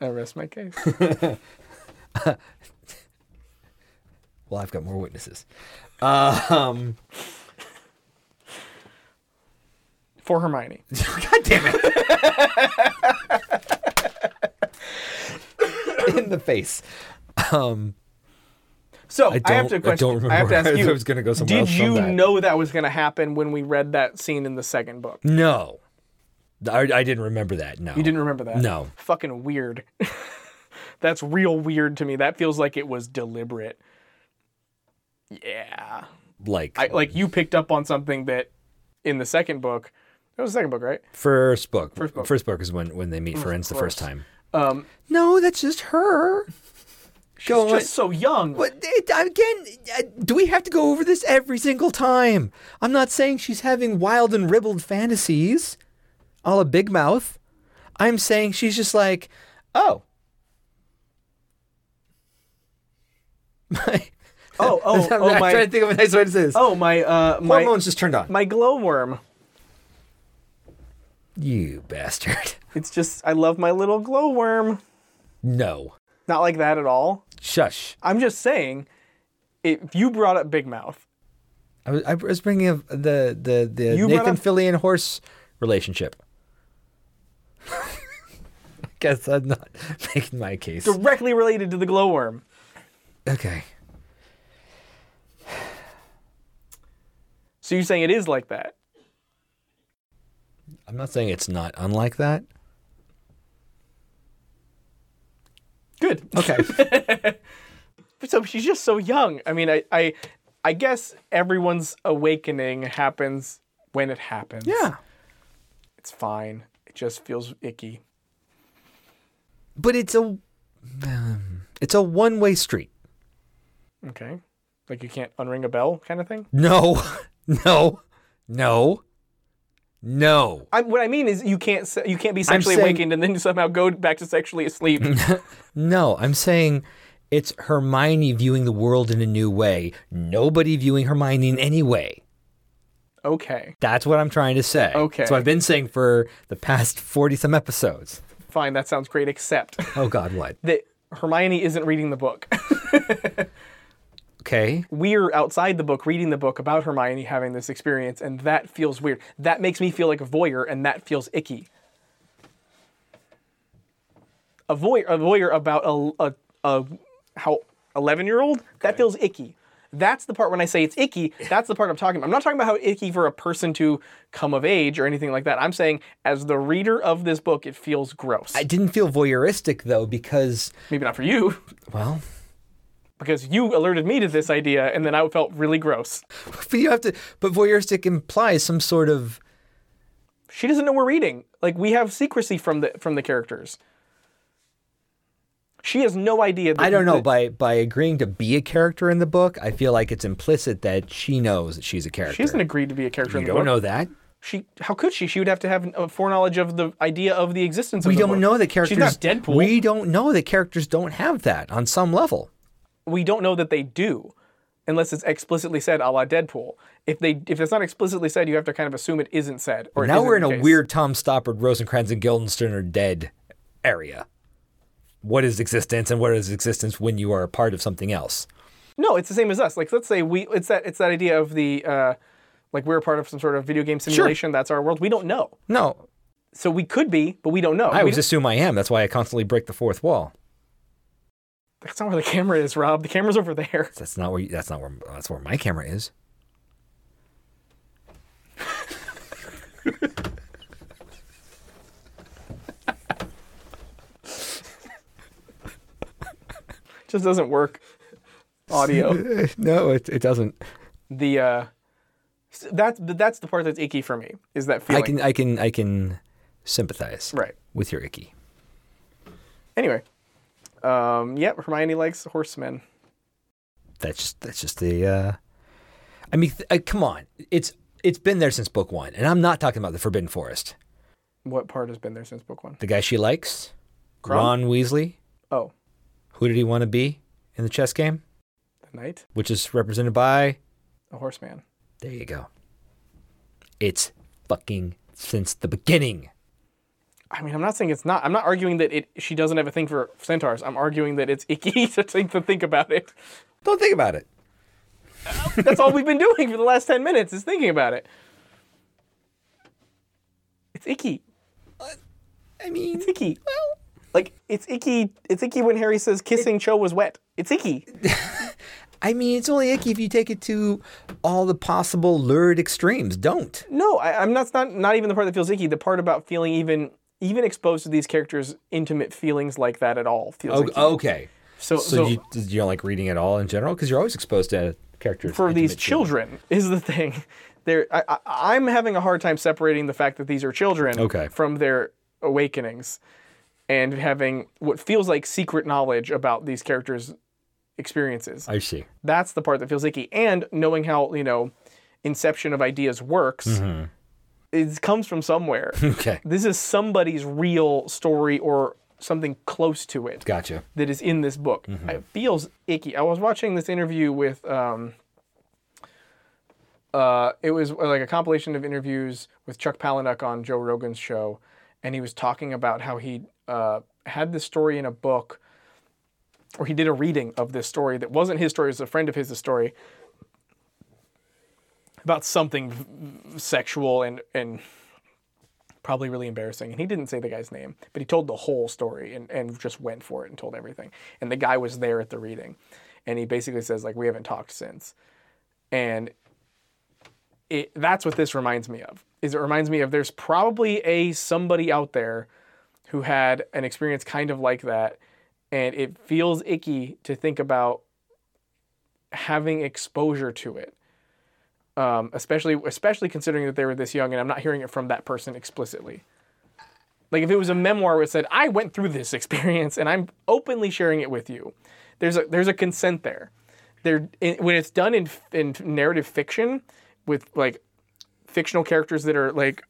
Speaker 1: I rest my case.
Speaker 2: Well, I've got more witnesses. Um,
Speaker 1: for Hermione.
Speaker 2: God damn it! In the face. Um,
Speaker 1: So
Speaker 2: I
Speaker 1: I,
Speaker 2: don't. I,
Speaker 1: have to question. I,
Speaker 2: don't remember.
Speaker 1: have to ask you.
Speaker 2: I was going to go somewhere
Speaker 1: did
Speaker 2: else. from
Speaker 1: you
Speaker 2: that.
Speaker 1: know that was going to happen when we read that scene in the second book?
Speaker 2: No, I, I didn't remember that. No,
Speaker 1: You didn't remember that?
Speaker 2: No.
Speaker 1: Fucking weird. That's real weird to me. That feels like it was deliberate. Yeah.
Speaker 2: Like
Speaker 1: I, like you picked up on something that in the second book. That was the second book, right?
Speaker 2: first book.
Speaker 1: First book.
Speaker 2: is when when they meet friends the first
Speaker 1: course.
Speaker 2: time.
Speaker 1: Um,
Speaker 2: No, that's just her.
Speaker 1: she's just so young.
Speaker 2: But it, again, uh, do we have to go over this every single time? I'm not saying she's having wild and ribald fantasies, a la Big Mouth. I'm saying she's just like, oh. My,
Speaker 1: Oh, oh,
Speaker 2: I'm
Speaker 1: oh
Speaker 2: trying
Speaker 1: my.
Speaker 2: to think of a nice way to say this.
Speaker 1: Oh my. Uh, my.
Speaker 2: Hormones just turned on.
Speaker 1: My glowworm.
Speaker 2: you bastard.
Speaker 1: It's just I love my little glowworm.
Speaker 2: No.
Speaker 1: Not like that at all.
Speaker 2: Shush.
Speaker 1: I'm just saying, if you brought up Big Mouth,
Speaker 2: I was, I was bringing up the the the
Speaker 1: You brought up-
Speaker 2: Nathan Fillion horse relationship. I guess I'm not making my case.
Speaker 1: directly related to the glowworm.
Speaker 2: Okay.
Speaker 1: So you're saying it is like that?
Speaker 2: I'm not saying it's not unlike that.
Speaker 1: good.
Speaker 2: Okay.
Speaker 1: so she's just so young. I mean, I, I, I guess everyone's awakening happens when it happens.
Speaker 2: yeah.
Speaker 1: it's fine. It just feels icky.
Speaker 2: But it's a um, it's a one-way street.
Speaker 1: Okay, like you can't unring a bell, kind of thing.
Speaker 2: No. No. No. No.
Speaker 1: I, what I mean is you can't se- you can't be sexually
Speaker 2: saying-
Speaker 1: awakened and then somehow go back to sexually asleep.
Speaker 2: No, I'm saying it's Hermione viewing the world in a new way. Nobody viewing Hermione in any way.
Speaker 1: okay,
Speaker 2: That's what I'm trying to say.
Speaker 1: Uh, Okay.
Speaker 2: So I've been saying for the past 40 some episodes.
Speaker 1: fine. That sounds great. Except
Speaker 2: Oh God, what?
Speaker 1: that Hermione isn't reading the book.
Speaker 2: Okay.
Speaker 1: We're outside the book reading the book about Hermione having this experience, and that feels weird. That makes me feel like a voyeur, and that feels icky. A voyeur, a voyeur about a, a, a how eleven year old that feels icky. That's the part when I say it's icky. That's the part I'm talking about. I'm not talking about how icky for a person to come of age or anything like that. I'm saying as the reader of this book, it feels gross.
Speaker 2: I didn't feel voyeuristic though because
Speaker 1: Maybe not for you,
Speaker 2: well,
Speaker 1: because you alerted me to this idea, and then I felt really gross.
Speaker 2: but you have to but voyeuristic implies some sort of
Speaker 1: she doesn't know we're reading. Like we have secrecy from the from the characters. She has no idea. That,
Speaker 2: I don't know
Speaker 1: that
Speaker 2: by by agreeing to be a character in the book, I feel like it's implicit that she knows that she's a character.
Speaker 1: she hasn't agreed to be a character
Speaker 2: you
Speaker 1: in the
Speaker 2: don't
Speaker 1: book.
Speaker 2: know that.
Speaker 1: She how could she? She would have to have a foreknowledge of the idea of the existence.
Speaker 2: We
Speaker 1: of the
Speaker 2: don't
Speaker 1: book.
Speaker 2: know that characters
Speaker 1: She's not Deadpool.
Speaker 2: We don't know that characters don't have that on some level.
Speaker 1: we don't know that they do, unless it's explicitly said, a la Deadpool. If they if it's not explicitly said, you have to kind of assume it isn't said. Or it
Speaker 2: now
Speaker 1: isn't
Speaker 2: we're in
Speaker 1: the
Speaker 2: a
Speaker 1: case.
Speaker 2: weird Tom Stoppard, Rosencrantz, and Guildenstern are dead area. What is existence, and what is existence when you are a part of something else?
Speaker 1: No, it's the same as us. Like let's say we it's that it's that idea of the uh, like we're a part of some sort of video game simulation. That's our world. We don't know.
Speaker 2: No,
Speaker 1: So we could be, but we don't know.
Speaker 2: I
Speaker 1: we
Speaker 2: always assume I am. That's why I constantly break the fourth wall.
Speaker 1: That's not where the camera is, Rob. The camera's over there.
Speaker 2: That's not where. You, that's not where. That's where my camera is.
Speaker 1: It just doesn't work. Audio.
Speaker 2: no, it, it doesn't.
Speaker 1: the uh s- that's that's the part that's icky for me is that feeling.
Speaker 2: I can. I can. I can sympathize.
Speaker 1: Right.
Speaker 2: With your icky.
Speaker 1: Anyway. Um yep, Hermione likes horsemen.
Speaker 2: That's just. That's just the. Uh, I mean, th- uh, come on. It's. It's been there since book one, and I'm not talking about the Forbidden Forest.
Speaker 1: What part has been there since book 1?
Speaker 2: The guy she likes,
Speaker 1: Crumb?
Speaker 2: Ron Weasley.
Speaker 1: Oh,
Speaker 2: Who did he want to be in the chess game?
Speaker 1: the knight,
Speaker 2: Which is represented by.
Speaker 1: a horseman.
Speaker 2: There you go. It's fucking since the beginning.
Speaker 1: I mean, I'm not saying it's not. I'm not arguing that it she doesn't have a thing for centaurs. I'm arguing that it's icky to think to think about it.
Speaker 2: Don't think about it.
Speaker 1: That's all we've been doing for the last 10 minutes is thinking about it. It's icky.
Speaker 2: I mean,
Speaker 1: It's icky. Like it's icky. It's icky when Harry says kissing Cho was wet. It's icky.
Speaker 2: I mean, it's only icky if you take it to all the possible lurid extremes. Don't.
Speaker 1: No, I, I'm not, not. Not even the part that feels icky. The part about feeling even even exposed to these characters' intimate feelings like that at all feels icky.
Speaker 2: okay.
Speaker 1: so, so,
Speaker 2: Oh, uh, So, you, you don't like reading at all in general because you're always exposed to characters
Speaker 1: for these
Speaker 2: intimate feelings.
Speaker 1: children is the thing. There, I, I, I'm having a hard time separating the fact that these are children
Speaker 2: Okay.
Speaker 1: from their awakenings, and having what feels like secret knowledge about these characters' experiences.
Speaker 2: I see.
Speaker 1: that's the part that feels icky. And knowing how you know inception of ideas works, it comes from somewhere.
Speaker 2: Okay,
Speaker 1: this is somebody's real story or something close to it
Speaker 2: gotcha.
Speaker 1: that is in this book. It feels icky. I was watching this interview with. Um, uh, it was uh, like a compilation of interviews with Chuck Palahniuk on Joe Rogan's show, and he was talking about how he uh, had this story in a book, or he did a reading of this story that wasn't his story; it was a friend of his story about something v- sexual and and probably really embarrassing. And he didn't say the guy's name, but he told the whole story and, and just went for it and told everything. And the guy was there at the reading. And he basically says, like, we haven't talked since. And it, that's what this reminds me of. Is it reminds me of there's probably a somebody out there who had an experience kind of like that and it feels icky to think about having exposure to it. Um, especially, especially considering that they were this young, and I'm not hearing it from that person explicitly. Like if it was a memoir where it said, "I went through this experience and I'm openly sharing it with you," there's a there's a consent there. There, in, when it's done in in narrative fiction, with like fictional characters that are like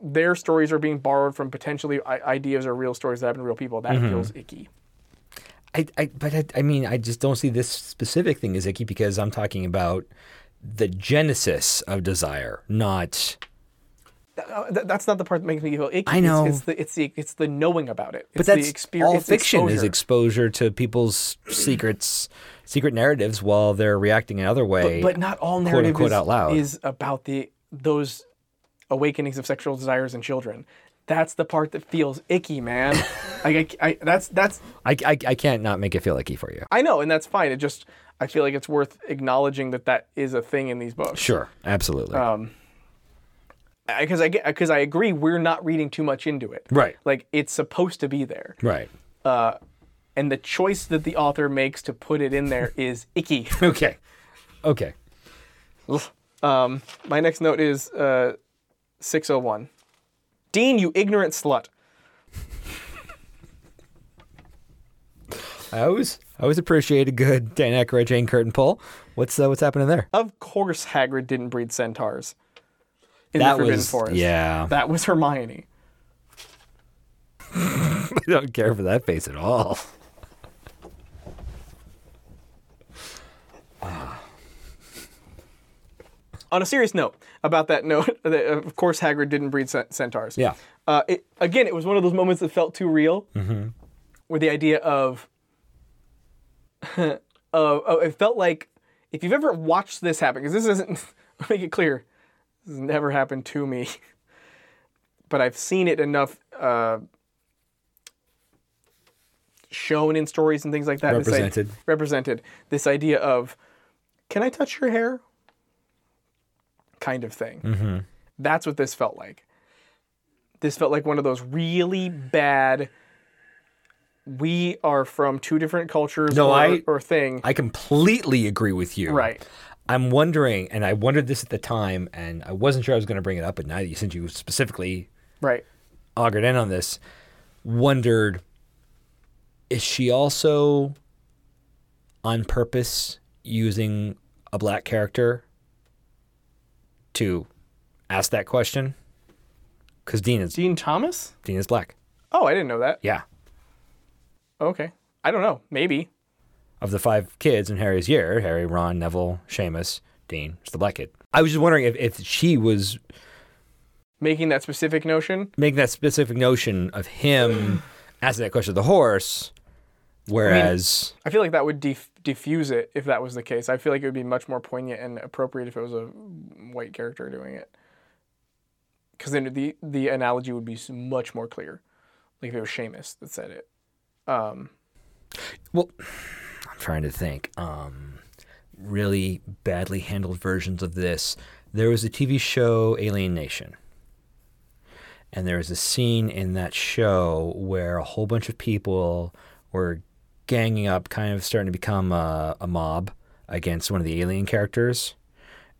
Speaker 1: their stories are being borrowed from potentially i- ideas or real stories that happen to real people,
Speaker 2: Mm-hmm.
Speaker 1: that feels icky.
Speaker 2: I, I but I, I mean I just don't see this specific thing as icky because I'm talking about the genesis of desire, not
Speaker 1: Uh, th- that's not the part that makes me feel icky.
Speaker 2: I
Speaker 1: It's-
Speaker 2: know.
Speaker 1: It's, the it's the it's the knowing about it. It's
Speaker 2: but that's
Speaker 1: the experience.
Speaker 2: all
Speaker 1: it's
Speaker 2: fiction is
Speaker 1: exposure.
Speaker 2: exposure to people's secrets, secret narratives while they're reacting another way.
Speaker 1: but not all
Speaker 2: quote
Speaker 1: narrative
Speaker 2: unquote
Speaker 1: is,
Speaker 2: out loud.
Speaker 1: is about the those awakenings of sexual desires in children. That's the part that feels icky, man. like I, I, that's that's
Speaker 2: I, I I can't not make it feel icky for you.
Speaker 1: I know, and that's fine. It just I feel like it's worth acknowledging that that is a thing in these books.
Speaker 2: Sure, absolutely.
Speaker 1: Oh. Because I get because I agree we're not reading too much into it.
Speaker 2: Right.
Speaker 1: Like it's supposed to be there,
Speaker 2: right.
Speaker 1: and the choice that the author makes to put it in there is icky.
Speaker 2: Okay. Okay.
Speaker 1: Um, my next note is uh, 601. Dean, you ignorant slut.
Speaker 2: I always I always appreciate a good Dan Aykroyd Jane Curtin pull. What's uh, what's happening there?
Speaker 1: Of course, Hagrid didn't breed centaurs in
Speaker 2: That
Speaker 1: the Forbidden
Speaker 2: was-
Speaker 1: Forest.
Speaker 2: yeah.
Speaker 1: that was Hermione.
Speaker 2: I don't care for that face at all.
Speaker 1: On a serious note, about that note, that of course Hagrid didn't breed cent- centaurs.
Speaker 2: Yeah.
Speaker 1: Uh, it, again, it was one of those moments that felt too real, mm-hmm. where the idea of, of, of- it felt like if you've ever watched this happen, because this isn't make it clear, this has never happened to me, but I've seen it enough uh, shown in stories and things like that. this idea-
Speaker 2: Represented.
Speaker 1: represented this idea of, can I touch your hair? Kind of thing. That's what this felt like this felt like one of those really bad we are from two different cultures
Speaker 2: No,
Speaker 1: or,
Speaker 2: I-
Speaker 1: or thing
Speaker 2: I completely agree with you.
Speaker 1: right
Speaker 2: I'm wondering, and I wondered this at the time, and I wasn't sure I was going to bring it up, but now that you since you specifically
Speaker 1: right
Speaker 2: augured in on this, wondered is she also on purpose using a black character to ask that question? Because Dean is
Speaker 1: dean thomas
Speaker 2: Dean is black.
Speaker 1: oh i didn't know that
Speaker 2: Yeah,
Speaker 1: okay i don't know maybe
Speaker 2: of the five kids in Harry's year, Harry, Ron, Neville, Seamus, Dean, it's the black kid. I was just wondering if, if she was
Speaker 1: making that specific notion
Speaker 2: making that specific notion of him asking that question of the horse, whereas
Speaker 1: i feel like that would def- diffuse it if that was the case i feel like it would be much more poignant and appropriate if it was a white character doing it because then the the analogy would be s- much more clear like if it was Seamus that said it um
Speaker 2: I'm trying to think. Um, really badly handled versions of this. There was a TV show, Alien Nation. And there was a scene in that show where a whole bunch of people were ganging up, kind of starting to become a, a mob against one of the alien characters.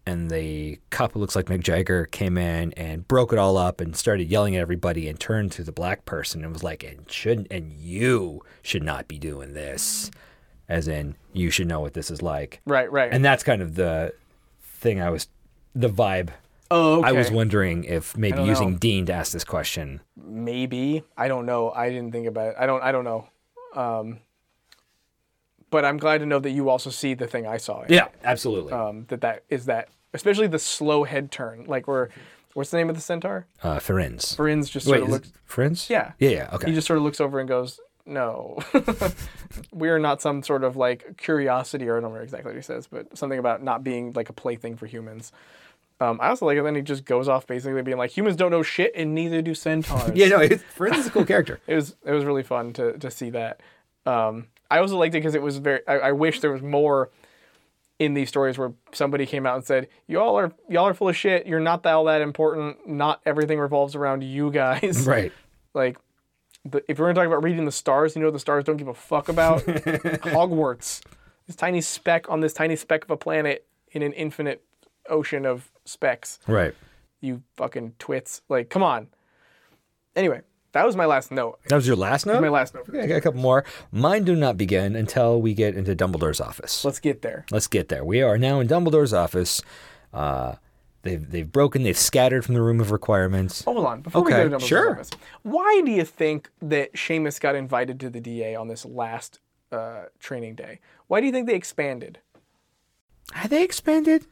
Speaker 2: And the cop who looks like Mick Jagger came in and broke it all up and started yelling at everybody and turned to the black person and was like, and shouldn't, and you should not be doing this. As in, you should know what this is like.
Speaker 1: right right
Speaker 2: And that's kind of the thing I was, the vibe.
Speaker 1: oh okay.
Speaker 2: I was wondering if maybe
Speaker 1: don't
Speaker 2: using
Speaker 1: know.
Speaker 2: Dean to ask this question.
Speaker 1: maybe i don't know i didn't think about it i don't i don't know um, but i'm glad to know that you also see the thing i saw
Speaker 2: Yeah, absolutely. Uh,
Speaker 1: um, that that is that especially the slow head turn like where what's the name of the centaur
Speaker 2: Ferenz.
Speaker 1: Brins just sort
Speaker 2: Uh,
Speaker 1: of
Speaker 2: Wait, is it
Speaker 1: looks
Speaker 2: Ferenz?
Speaker 1: Yeah.
Speaker 2: Yeah, yeah, okay.
Speaker 1: he just sort of looks over and goes no we are not some sort of like curiosity or i don't remember exactly what he says but something about not being like a plaything for humans um, I also like it. Then he just goes off basically being like, humans don't know shit, and neither do centaurs.
Speaker 2: yeah, no, it's, Ferenz is a cool character.
Speaker 1: it was it was really fun to to see that. Um, I also liked it because it was very. I, I wish there was more in these stories where somebody came out and said, "Y'all are y'all are full of shit. You're not that all that important. Not everything revolves around you guys."
Speaker 2: Right.
Speaker 1: Like the, if we're gonna talk about reading the stars, you know what the stars don't give a fuck about? Hogwarts. This tiny speck on this tiny speck of a planet in an infinite ocean of specks.
Speaker 2: Right.
Speaker 1: You fucking twits. Like, come on. Anyway, that was my last note.
Speaker 2: That was your last note?
Speaker 1: My last note. For
Speaker 2: I
Speaker 1: this.
Speaker 2: got a couple more. Mine do not begin until we get into Dumbledore's office.
Speaker 1: Let's get there.
Speaker 2: Let's get there. We are now in Dumbledore's office. Uh, they've they've broken. They've scattered from the room of requirements.
Speaker 1: Hold on, before
Speaker 2: Okay,
Speaker 1: we go to Dumbledore's
Speaker 2: sure.
Speaker 1: office, why do you think that Seamus got invited to the DA on this last uh, training day? Why do you think they expanded?
Speaker 2: Had they expanded,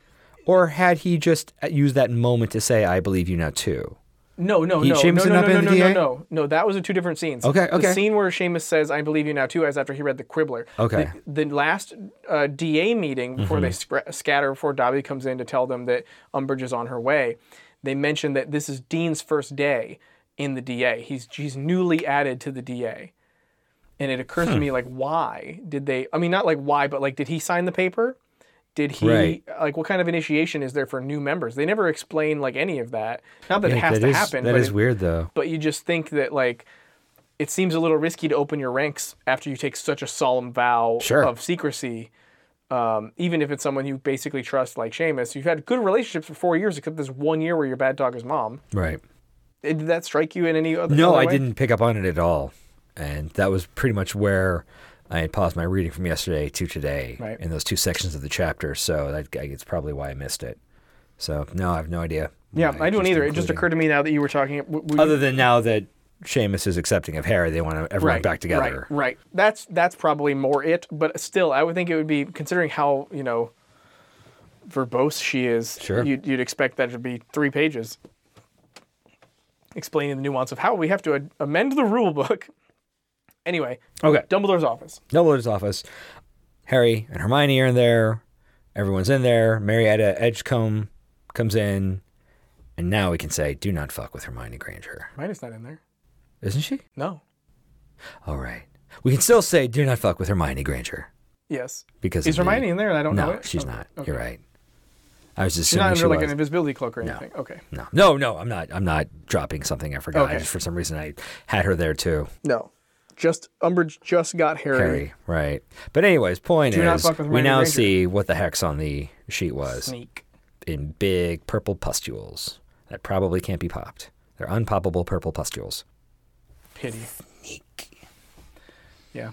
Speaker 2: or had he just uh, used that moment to say, "I believe you now too"?
Speaker 1: No, no,
Speaker 2: He-
Speaker 1: no,
Speaker 2: Seamus
Speaker 1: no,
Speaker 2: had
Speaker 1: no,
Speaker 2: not
Speaker 1: no,
Speaker 2: been
Speaker 1: no,
Speaker 2: in
Speaker 1: no,
Speaker 2: the
Speaker 1: no,
Speaker 2: DA?
Speaker 1: no, no. That was the two different scenes.
Speaker 2: Okay,
Speaker 1: The
Speaker 2: okay.
Speaker 1: scene where Seamus says, "I believe you now too," is after he read the Quibbler.
Speaker 2: Okay. Mm-hmm.
Speaker 1: The, the last uh, DA meeting before they scra- scatter, before Dobby comes in to tell them that Umbridge is on her way, they mention that this is Dean's first day in the DA. He's he's newly added to the DA. And it occurs to
Speaker 2: Hmm.
Speaker 1: me, like, why did they? I mean, not like why, but like, did he sign the paper? Did he
Speaker 2: Right.
Speaker 1: like what kind of initiation is there for new members? They never explain like any of that. Not that it has
Speaker 2: That
Speaker 1: to
Speaker 2: is-
Speaker 1: happen.
Speaker 2: That
Speaker 1: but
Speaker 2: is
Speaker 1: it-
Speaker 2: weird, though.
Speaker 1: but you just think that like it seems a little risky to open your ranks after you take such a solemn vow
Speaker 2: Sure.
Speaker 1: of secrecy. Um, even if it's someone you basically trust, like Seamus, you've had good relationships for four years, except this one year where your bad dog is mom.
Speaker 2: Right.
Speaker 1: Did that strike you in any other?
Speaker 2: No,
Speaker 1: other
Speaker 2: I
Speaker 1: way?
Speaker 2: didn't pick up on it at all, and that was pretty much where I had paused my reading from yesterday to today
Speaker 1: Right.
Speaker 2: in those two sections of the chapter. So that it's probably why I missed it. So no, I have no idea.
Speaker 1: Yeah,
Speaker 2: why
Speaker 1: I don't
Speaker 2: just
Speaker 1: either. It just
Speaker 2: included.
Speaker 1: occurred to me now that you were talking. w- w-
Speaker 2: Other than now that Seamus is accepting of Harry, they want everyone
Speaker 1: right,
Speaker 2: back together.
Speaker 1: Right, right. That's that's probably more it. But still, I would think it would be considering how you know verbose she is.
Speaker 2: Sure.
Speaker 1: You'd, you'd expect that to be three pages explaining the nuance of how we have to ad- amend the rule book. Anyway,
Speaker 2: Okay.
Speaker 1: Dumbledore's office.
Speaker 2: Dumbledore's office. Harry and Hermione are in there. Everyone's in there. Marietta Edgecombe comes in. And now we can say, do not fuck with Hermione Granger.
Speaker 1: Hermione's not in there.
Speaker 2: Isn't she?
Speaker 1: No.
Speaker 2: All right. We can still say, do not fuck with Hermione Granger.
Speaker 1: Yes.
Speaker 2: Because
Speaker 1: Is
Speaker 2: of the-
Speaker 1: Hermione in there? And I don't know.
Speaker 2: No,
Speaker 1: it?
Speaker 2: she's
Speaker 1: Okay,
Speaker 2: not.
Speaker 1: okay.
Speaker 2: You're right. I was just
Speaker 1: She's not
Speaker 2: assuming
Speaker 1: under
Speaker 2: she
Speaker 1: like an
Speaker 2: was.
Speaker 1: invisibility cloak or anything. Okay.
Speaker 2: No, no, no. I'm not. I'm not dropping something. I forgot. I
Speaker 1: Okay.
Speaker 2: just for some reason I had her there too.
Speaker 1: No. Just Umbridge just got Harry.
Speaker 2: Harry, right? But anyways, point
Speaker 1: Do not
Speaker 2: is,
Speaker 1: fuck with
Speaker 2: we
Speaker 1: Hermione
Speaker 2: now
Speaker 1: Granger.
Speaker 2: see what the hex on the sheet was
Speaker 1: Sneak.
Speaker 2: in big purple pustules that probably can't be popped. They're unpoppable purple pustules.
Speaker 1: Pity. Yeah.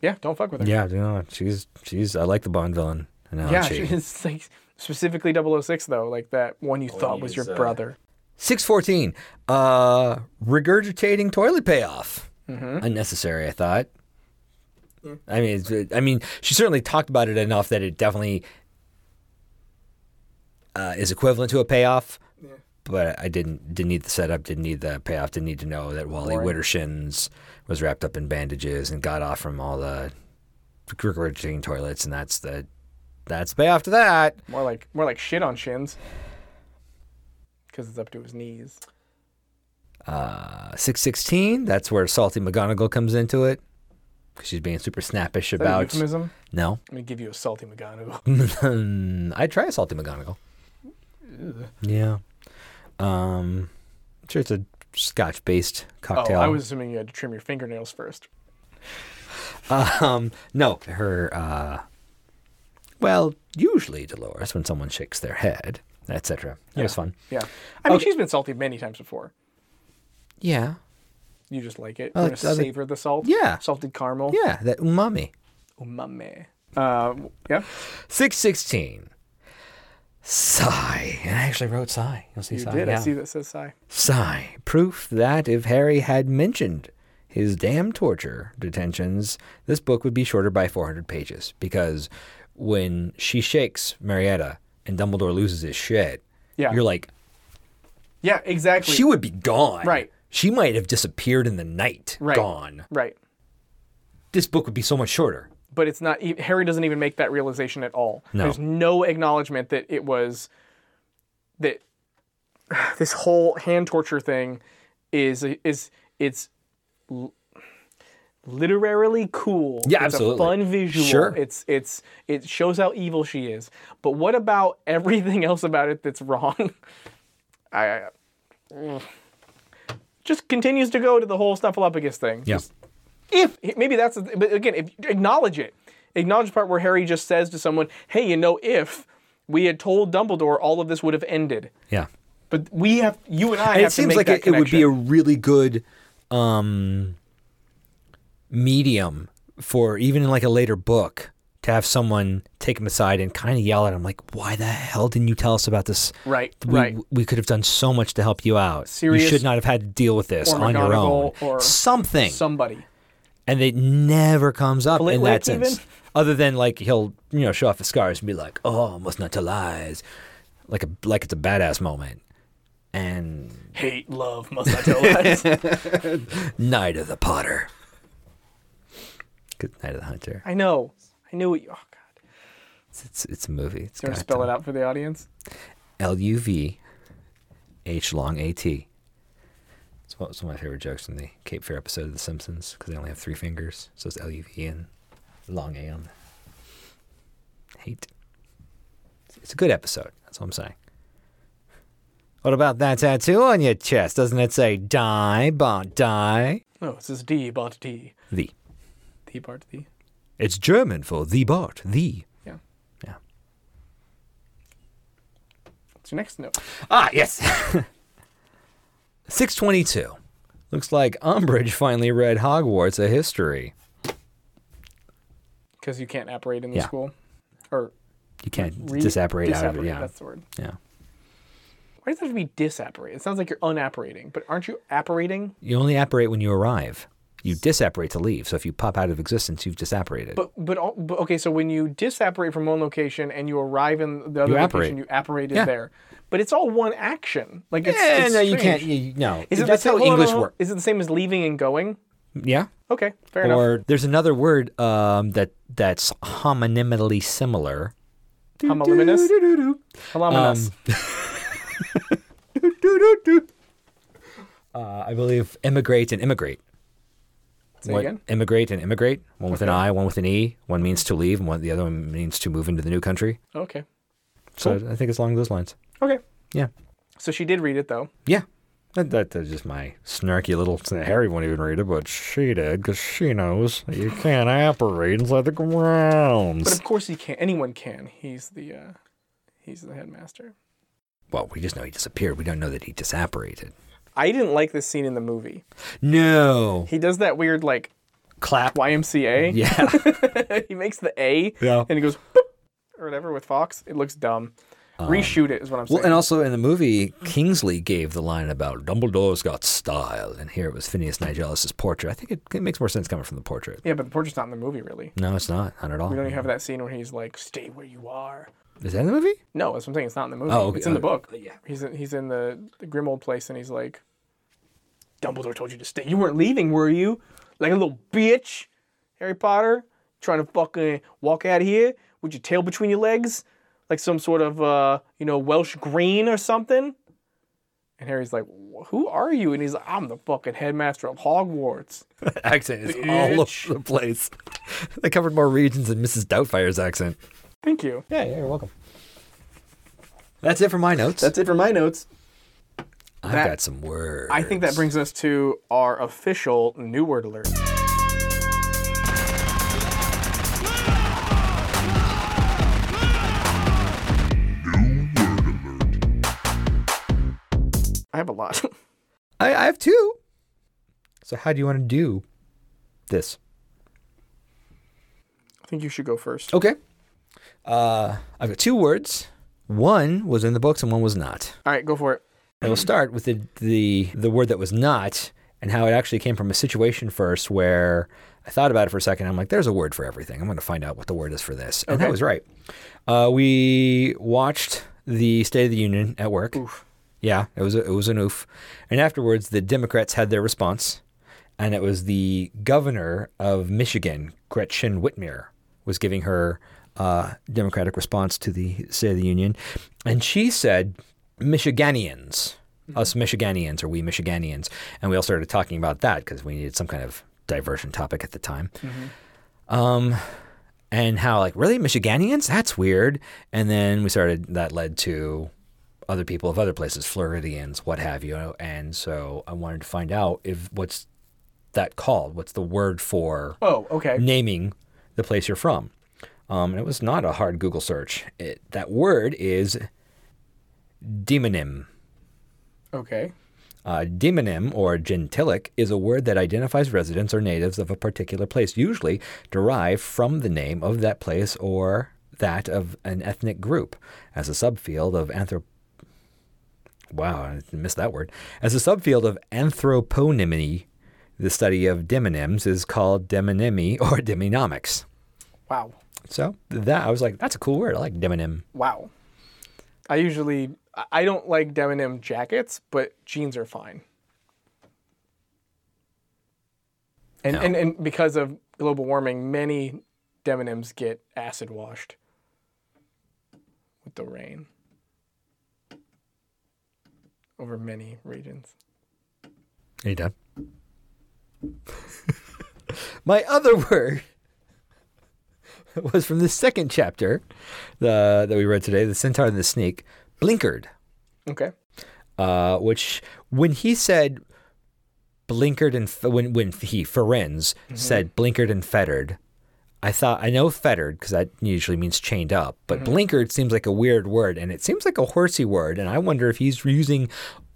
Speaker 1: Yeah, don't fuck with her.
Speaker 2: Yeah, you know, she's she's. I like the Bond villain
Speaker 1: Yeah,
Speaker 2: analogy.
Speaker 1: it's like specifically 006 though, like that one you thought was your brother.
Speaker 2: Six fourteen. Uh, regurgitating toilet payoff. Unnecessary, I thought. I mean, it's, I mean, she certainly talked about it enough that it definitely uh, is equivalent to a payoff. But I didn't didn't need the setup, didn't need the payoff, didn't need to know that Wally
Speaker 1: Boring.
Speaker 2: Wittershins was wrapped up in bandages and got off from all the regurgitating toilets, and that's the that's the payoff to that.
Speaker 1: More like more like shit on shins. Because it's up to his knees.
Speaker 2: Uh, 616, that's where Salty McGonagall comes into it. 'cause she's being super snappish
Speaker 1: Is that a
Speaker 2: about.
Speaker 1: euphemism?
Speaker 2: No.
Speaker 1: I'm gonna give you a salty Magano.
Speaker 2: I try a Salty McGonagall. Yeah. Um, I'm sure it's a scotch based
Speaker 1: Oh,
Speaker 2: cocktail.
Speaker 1: I was assuming you had to trim your fingernails first.
Speaker 2: Um, no, her. Uh, well, usually Dolores, when someone shakes their head, etc. It was fun.
Speaker 1: Yeah. I mean
Speaker 2: Okay.
Speaker 1: she's been salty many times before.
Speaker 2: Yeah.
Speaker 1: You just like it.
Speaker 2: I
Speaker 1: You're
Speaker 2: like-
Speaker 1: gonna
Speaker 2: I like-
Speaker 1: savor the salt.
Speaker 2: Yeah.
Speaker 1: Salted caramel.
Speaker 2: Yeah, that umami.
Speaker 1: Umami. Uh, yeah.
Speaker 2: 616. Sigh. And I actually wrote sigh. You'll see
Speaker 1: You
Speaker 2: sigh.
Speaker 1: did. I
Speaker 2: yeah.
Speaker 1: see that says sigh.
Speaker 2: Sigh. Proof that if Harry had mentioned his damn torture detentions, this book would be shorter by 400 pages. Because when she shakes Marietta and Dumbledore loses his shit,
Speaker 1: Yeah.
Speaker 2: you're like,
Speaker 1: Yeah, exactly.
Speaker 2: she would be gone.
Speaker 1: Right.
Speaker 2: She might have disappeared in the night.
Speaker 1: Right.
Speaker 2: Gone.
Speaker 1: right.
Speaker 2: This book would be so much shorter.
Speaker 1: but it's not e- Harry doesn't even make that realization at all.
Speaker 2: No.
Speaker 1: There's no acknowledgement that it was that this whole hand torture thing is is it's l- literarily cool.
Speaker 2: Yeah,
Speaker 1: it's
Speaker 2: absolutely.
Speaker 1: a fun visual.
Speaker 2: Sure.
Speaker 1: It's it's it shows how evil she is. But what about everything else about it that's wrong? I, I mm. just continues to go to the whole Snuffleupagus thing.
Speaker 2: Yeah.
Speaker 1: If maybe that's but again, if, acknowledge it. Acknowledge the part where Harry just says to someone, "Hey, you know, if we had told Dumbledore, all of this would have ended."
Speaker 2: Yeah.
Speaker 1: But we have you and I.
Speaker 2: And
Speaker 1: have
Speaker 2: it seems
Speaker 1: to make
Speaker 2: like
Speaker 1: that
Speaker 2: it, it would be
Speaker 1: connection.
Speaker 2: a really good um, medium for even in like a later book to have someone take him aside and kind of yell at him like, "Why the hell didn't you tell us about this?
Speaker 1: Right,
Speaker 2: we,
Speaker 1: right.
Speaker 2: We could have done so much to help you out.
Speaker 1: Sirius
Speaker 2: you should not have had to deal with this
Speaker 1: or
Speaker 2: on your own.
Speaker 1: McGonagall or
Speaker 2: Something,
Speaker 1: somebody.
Speaker 2: and it never comes up in
Speaker 1: Flitwick
Speaker 2: that sense.
Speaker 1: even?
Speaker 2: Other than like he'll you know show off his scars and be like, "Oh, must not tell lies," like a like it's a badass moment. And
Speaker 1: Hate, love, must I tell lies?
Speaker 2: Night of the Potter. Good Night of the Hunter.
Speaker 1: I know. I knew it. Oh God.
Speaker 2: It's it's, it's a movie. It's
Speaker 1: Do
Speaker 2: um,
Speaker 1: you want to spell it out for the audience?
Speaker 2: L U V H long A T. It's one it's one of my favorite jokes from the Cape Fear episode of The Simpsons because they only have three fingers, so it's L U V and long A on the hate. It's- It's a good episode. That's what I'm saying. What about that tattoo on your chest? Doesn't it say die, bond, die?
Speaker 1: No, it says Oh, D, Bart D,
Speaker 2: The.
Speaker 1: D, Bart D.
Speaker 2: It's German for the Bart, the.
Speaker 1: Yeah.
Speaker 2: Yeah.
Speaker 1: What's your next note?
Speaker 2: Ah, yes. 622. Looks like Umbridge finally read Hogwarts a history.
Speaker 1: Because you can't apparate in the
Speaker 2: Yeah.
Speaker 1: school, or
Speaker 2: You can't
Speaker 1: re-
Speaker 2: disapparate out of it.
Speaker 1: disapparate,
Speaker 2: Yeah.
Speaker 1: That's the word.
Speaker 2: yeah.
Speaker 1: Why does it have to be disapparate? It sounds like you're unapparating, but aren't you apparating?
Speaker 2: You only apparate when you arrive. You disapparate to leave. So if you pop out of existence, you've disapparated.
Speaker 1: But but, all- but okay, so when you disapparate from one location and you arrive in the other
Speaker 2: You
Speaker 1: location,
Speaker 2: apparate.
Speaker 1: you apparated
Speaker 2: Yeah.
Speaker 1: there. But it's all one action. Like it's,
Speaker 2: Eh,
Speaker 1: it's
Speaker 2: no, you
Speaker 1: strange.
Speaker 2: can't. You, no.
Speaker 1: Is it
Speaker 2: That's
Speaker 1: the same,
Speaker 2: how
Speaker 1: hold on,
Speaker 2: English
Speaker 1: hold on.
Speaker 2: works.
Speaker 1: Is it the same as leaving and going?
Speaker 2: Yeah.
Speaker 1: Okay, fair enough.
Speaker 2: Or there's another word um, that that's homonymically similar. Um,
Speaker 1: Homiliminous?
Speaker 2: Doo-doo-doo.
Speaker 1: Holominous.
Speaker 2: Um, Uh, I believe immigrate and immigrate.
Speaker 1: Say
Speaker 2: What-
Speaker 1: again?
Speaker 2: Immigrate and immigrate. One with an I, one with an E. One means to leave, and one, the other one means to move into the new country.
Speaker 1: Okay.
Speaker 2: So I think it's along those lines.
Speaker 1: Okay.
Speaker 2: Yeah.
Speaker 1: So she did read it though.
Speaker 2: Yeah. That, that, that's just my snarky little. Harry won't even read it, but she did because she knows that you can't operate inside the
Speaker 1: But
Speaker 2: grounds.
Speaker 1: of course he can. Anyone can. He's the uh, he's the headmaster.
Speaker 2: Well, we just know he disappeared. We don't know that he disapparated.
Speaker 1: I didn't like this scene in the movie.
Speaker 2: No.
Speaker 1: He does that weird like
Speaker 2: Clap.
Speaker 1: YMCA.
Speaker 2: Yeah.
Speaker 1: he makes the A
Speaker 2: Yeah.
Speaker 1: and he goes boop, or whatever with Fox. It looks dumb. Reshoot it is what I'm saying.
Speaker 2: Um, Well, and also in the movie, Kingsley gave the line about Dumbledore's got style, and here it was Phineas Nigelis's portrait. I think it, it makes more sense coming from the portrait.
Speaker 1: yeah, but the portrait's not in the movie really.
Speaker 2: No, it's not. Not at all.
Speaker 1: We don't even have that scene where he's like, "Stay where you are."
Speaker 2: Is that in the movie?
Speaker 1: No, that's what I'm saying. It's not in the movie.
Speaker 2: Oh, okay,
Speaker 1: It's in the
Speaker 2: okay.
Speaker 1: book. Yeah. He's in, he's in the, the grim old place, and he's like, Dumbledore told you to stay. You weren't leaving, were you? Like a little bitch, Harry Potter, trying to fucking walk out of here with your tail between your legs, like some sort of uh, you know Welsh green or something. And Harry's like, "Wh- "Who are you?" And he's like, "I'm the fucking headmaster of Hogwarts."
Speaker 2: The accent is all
Speaker 1: Bitch.
Speaker 2: over the place. they covered more regions than Mrs. Doubtfire's accent.
Speaker 1: Thank you.
Speaker 2: Yeah, yeah, you're welcome. That's it for my notes.
Speaker 1: it for my notes.
Speaker 2: I've
Speaker 1: that-
Speaker 2: got some words.
Speaker 1: I think that brings us to our official new word alert. I have a lot.
Speaker 2: I, I have two. So how do you want to do this?
Speaker 1: I think you should go first.
Speaker 2: Okay. Uh, I've got two words. One was in the books and one was not.
Speaker 1: All right, go for it.
Speaker 2: And we'll start with the, the the word that was not and how it actually came from a situation first where I thought about it for a second. I'm like, there's a word for everything. I'm going to find out what the word is for this. And I
Speaker 1: Okay.
Speaker 2: was right. Uh, we watched the State of the Union at work. Yeah, it was a, it was an oof. And afterwards, the Democrats had their response, and it was the governor of Michigan, Gretchen Whitmer, was giving her uh, Democratic response to the State of the Union, and she said, "Michiganians, us Michiganians, or we Michiganians," and we all started talking about that because we needed some kind of diversion topic at the time and how like really Michiganians? That's weird. And then we started that led to other people of other places, Floridians, what have you. And so I wanted to find out if what's that called? What's the word for
Speaker 1: Oh, okay.
Speaker 2: naming the place you're from? Um, and it was not a hard Google search. It, that word is demonym.
Speaker 1: Okay.
Speaker 2: Uh, demonym or gentilic is a word that identifies residents or natives of a particular place, usually derived from the name of that place or that of an ethnic group. As a subfield of anthrop. Wow, I missed that word. As a subfield of anthroponymy, the study of demonyms is called demonymy or demonomics.
Speaker 1: Wow.
Speaker 2: So that I was like, that's a cool word. I like demonym.
Speaker 1: Wow. I usually I- I don't like denim jackets, but jeans are fine. And and, and because of global warming, many denims get acid washed with the rain over many regions.
Speaker 2: Are you done? My other word was from the second chapter the, that we read today, The Centaur and the Snake, blinkered,
Speaker 1: Okay.
Speaker 2: uh, which when he said blinkered and f- when, when he, Ferenz,
Speaker 1: Mm-hmm.
Speaker 2: said blinkered and fettered, I thought, I know fettered because that usually means chained up, but
Speaker 1: Mm-hmm.
Speaker 2: blinkered seems like a weird word and it seems like a horsey word. And I wonder if he's using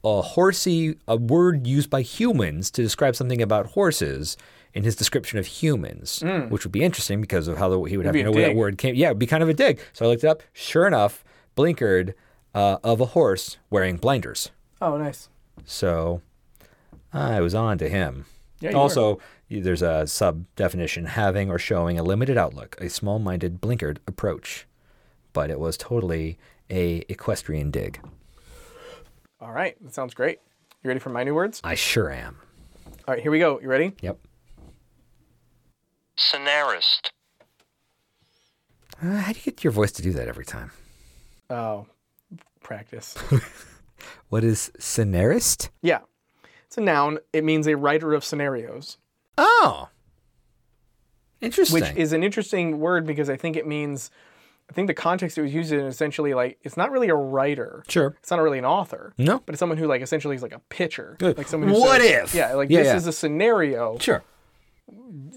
Speaker 2: a horsey, a word used by humans to describe something about horses in his description of humans, which would be interesting because of how the, he would have
Speaker 1: Mm. be
Speaker 2: to
Speaker 1: a
Speaker 2: know where that
Speaker 1: dig.
Speaker 2: word came. Yeah, it'd be kind of a dig. So I looked it up. Sure enough, blinkered uh, of a horse wearing blinders.
Speaker 1: Oh, nice.
Speaker 2: So I was on to him.
Speaker 1: Yeah, you
Speaker 2: also, there's a sub definition having or showing a limited outlook, a small minded, blinkered approach. But it was totally a equestrian dig.
Speaker 1: All right. That sounds great. You ready for my new words?
Speaker 2: I sure am.
Speaker 1: All right, here we go. You ready?
Speaker 2: Yep.
Speaker 3: Scenarist.
Speaker 2: Uh, how do you get your voice to do that every time?
Speaker 1: Oh, practice.
Speaker 2: What is scenarist?
Speaker 1: Yeah. It's a noun. It means a writer of scenarios,
Speaker 2: Oh, interesting.
Speaker 1: which is an interesting word because I think it means, I think the context it was used in essentially like, it's not really a writer.
Speaker 2: sure.
Speaker 1: It's not really an author.
Speaker 2: No.
Speaker 1: But it's someone who like essentially is like a pitcher.
Speaker 2: Mm. Good.
Speaker 1: Like someone who
Speaker 2: What
Speaker 1: says-
Speaker 2: if?
Speaker 1: Yeah, like
Speaker 2: Yeah,
Speaker 1: this
Speaker 2: yeah.
Speaker 1: is a scenario.
Speaker 2: Sure.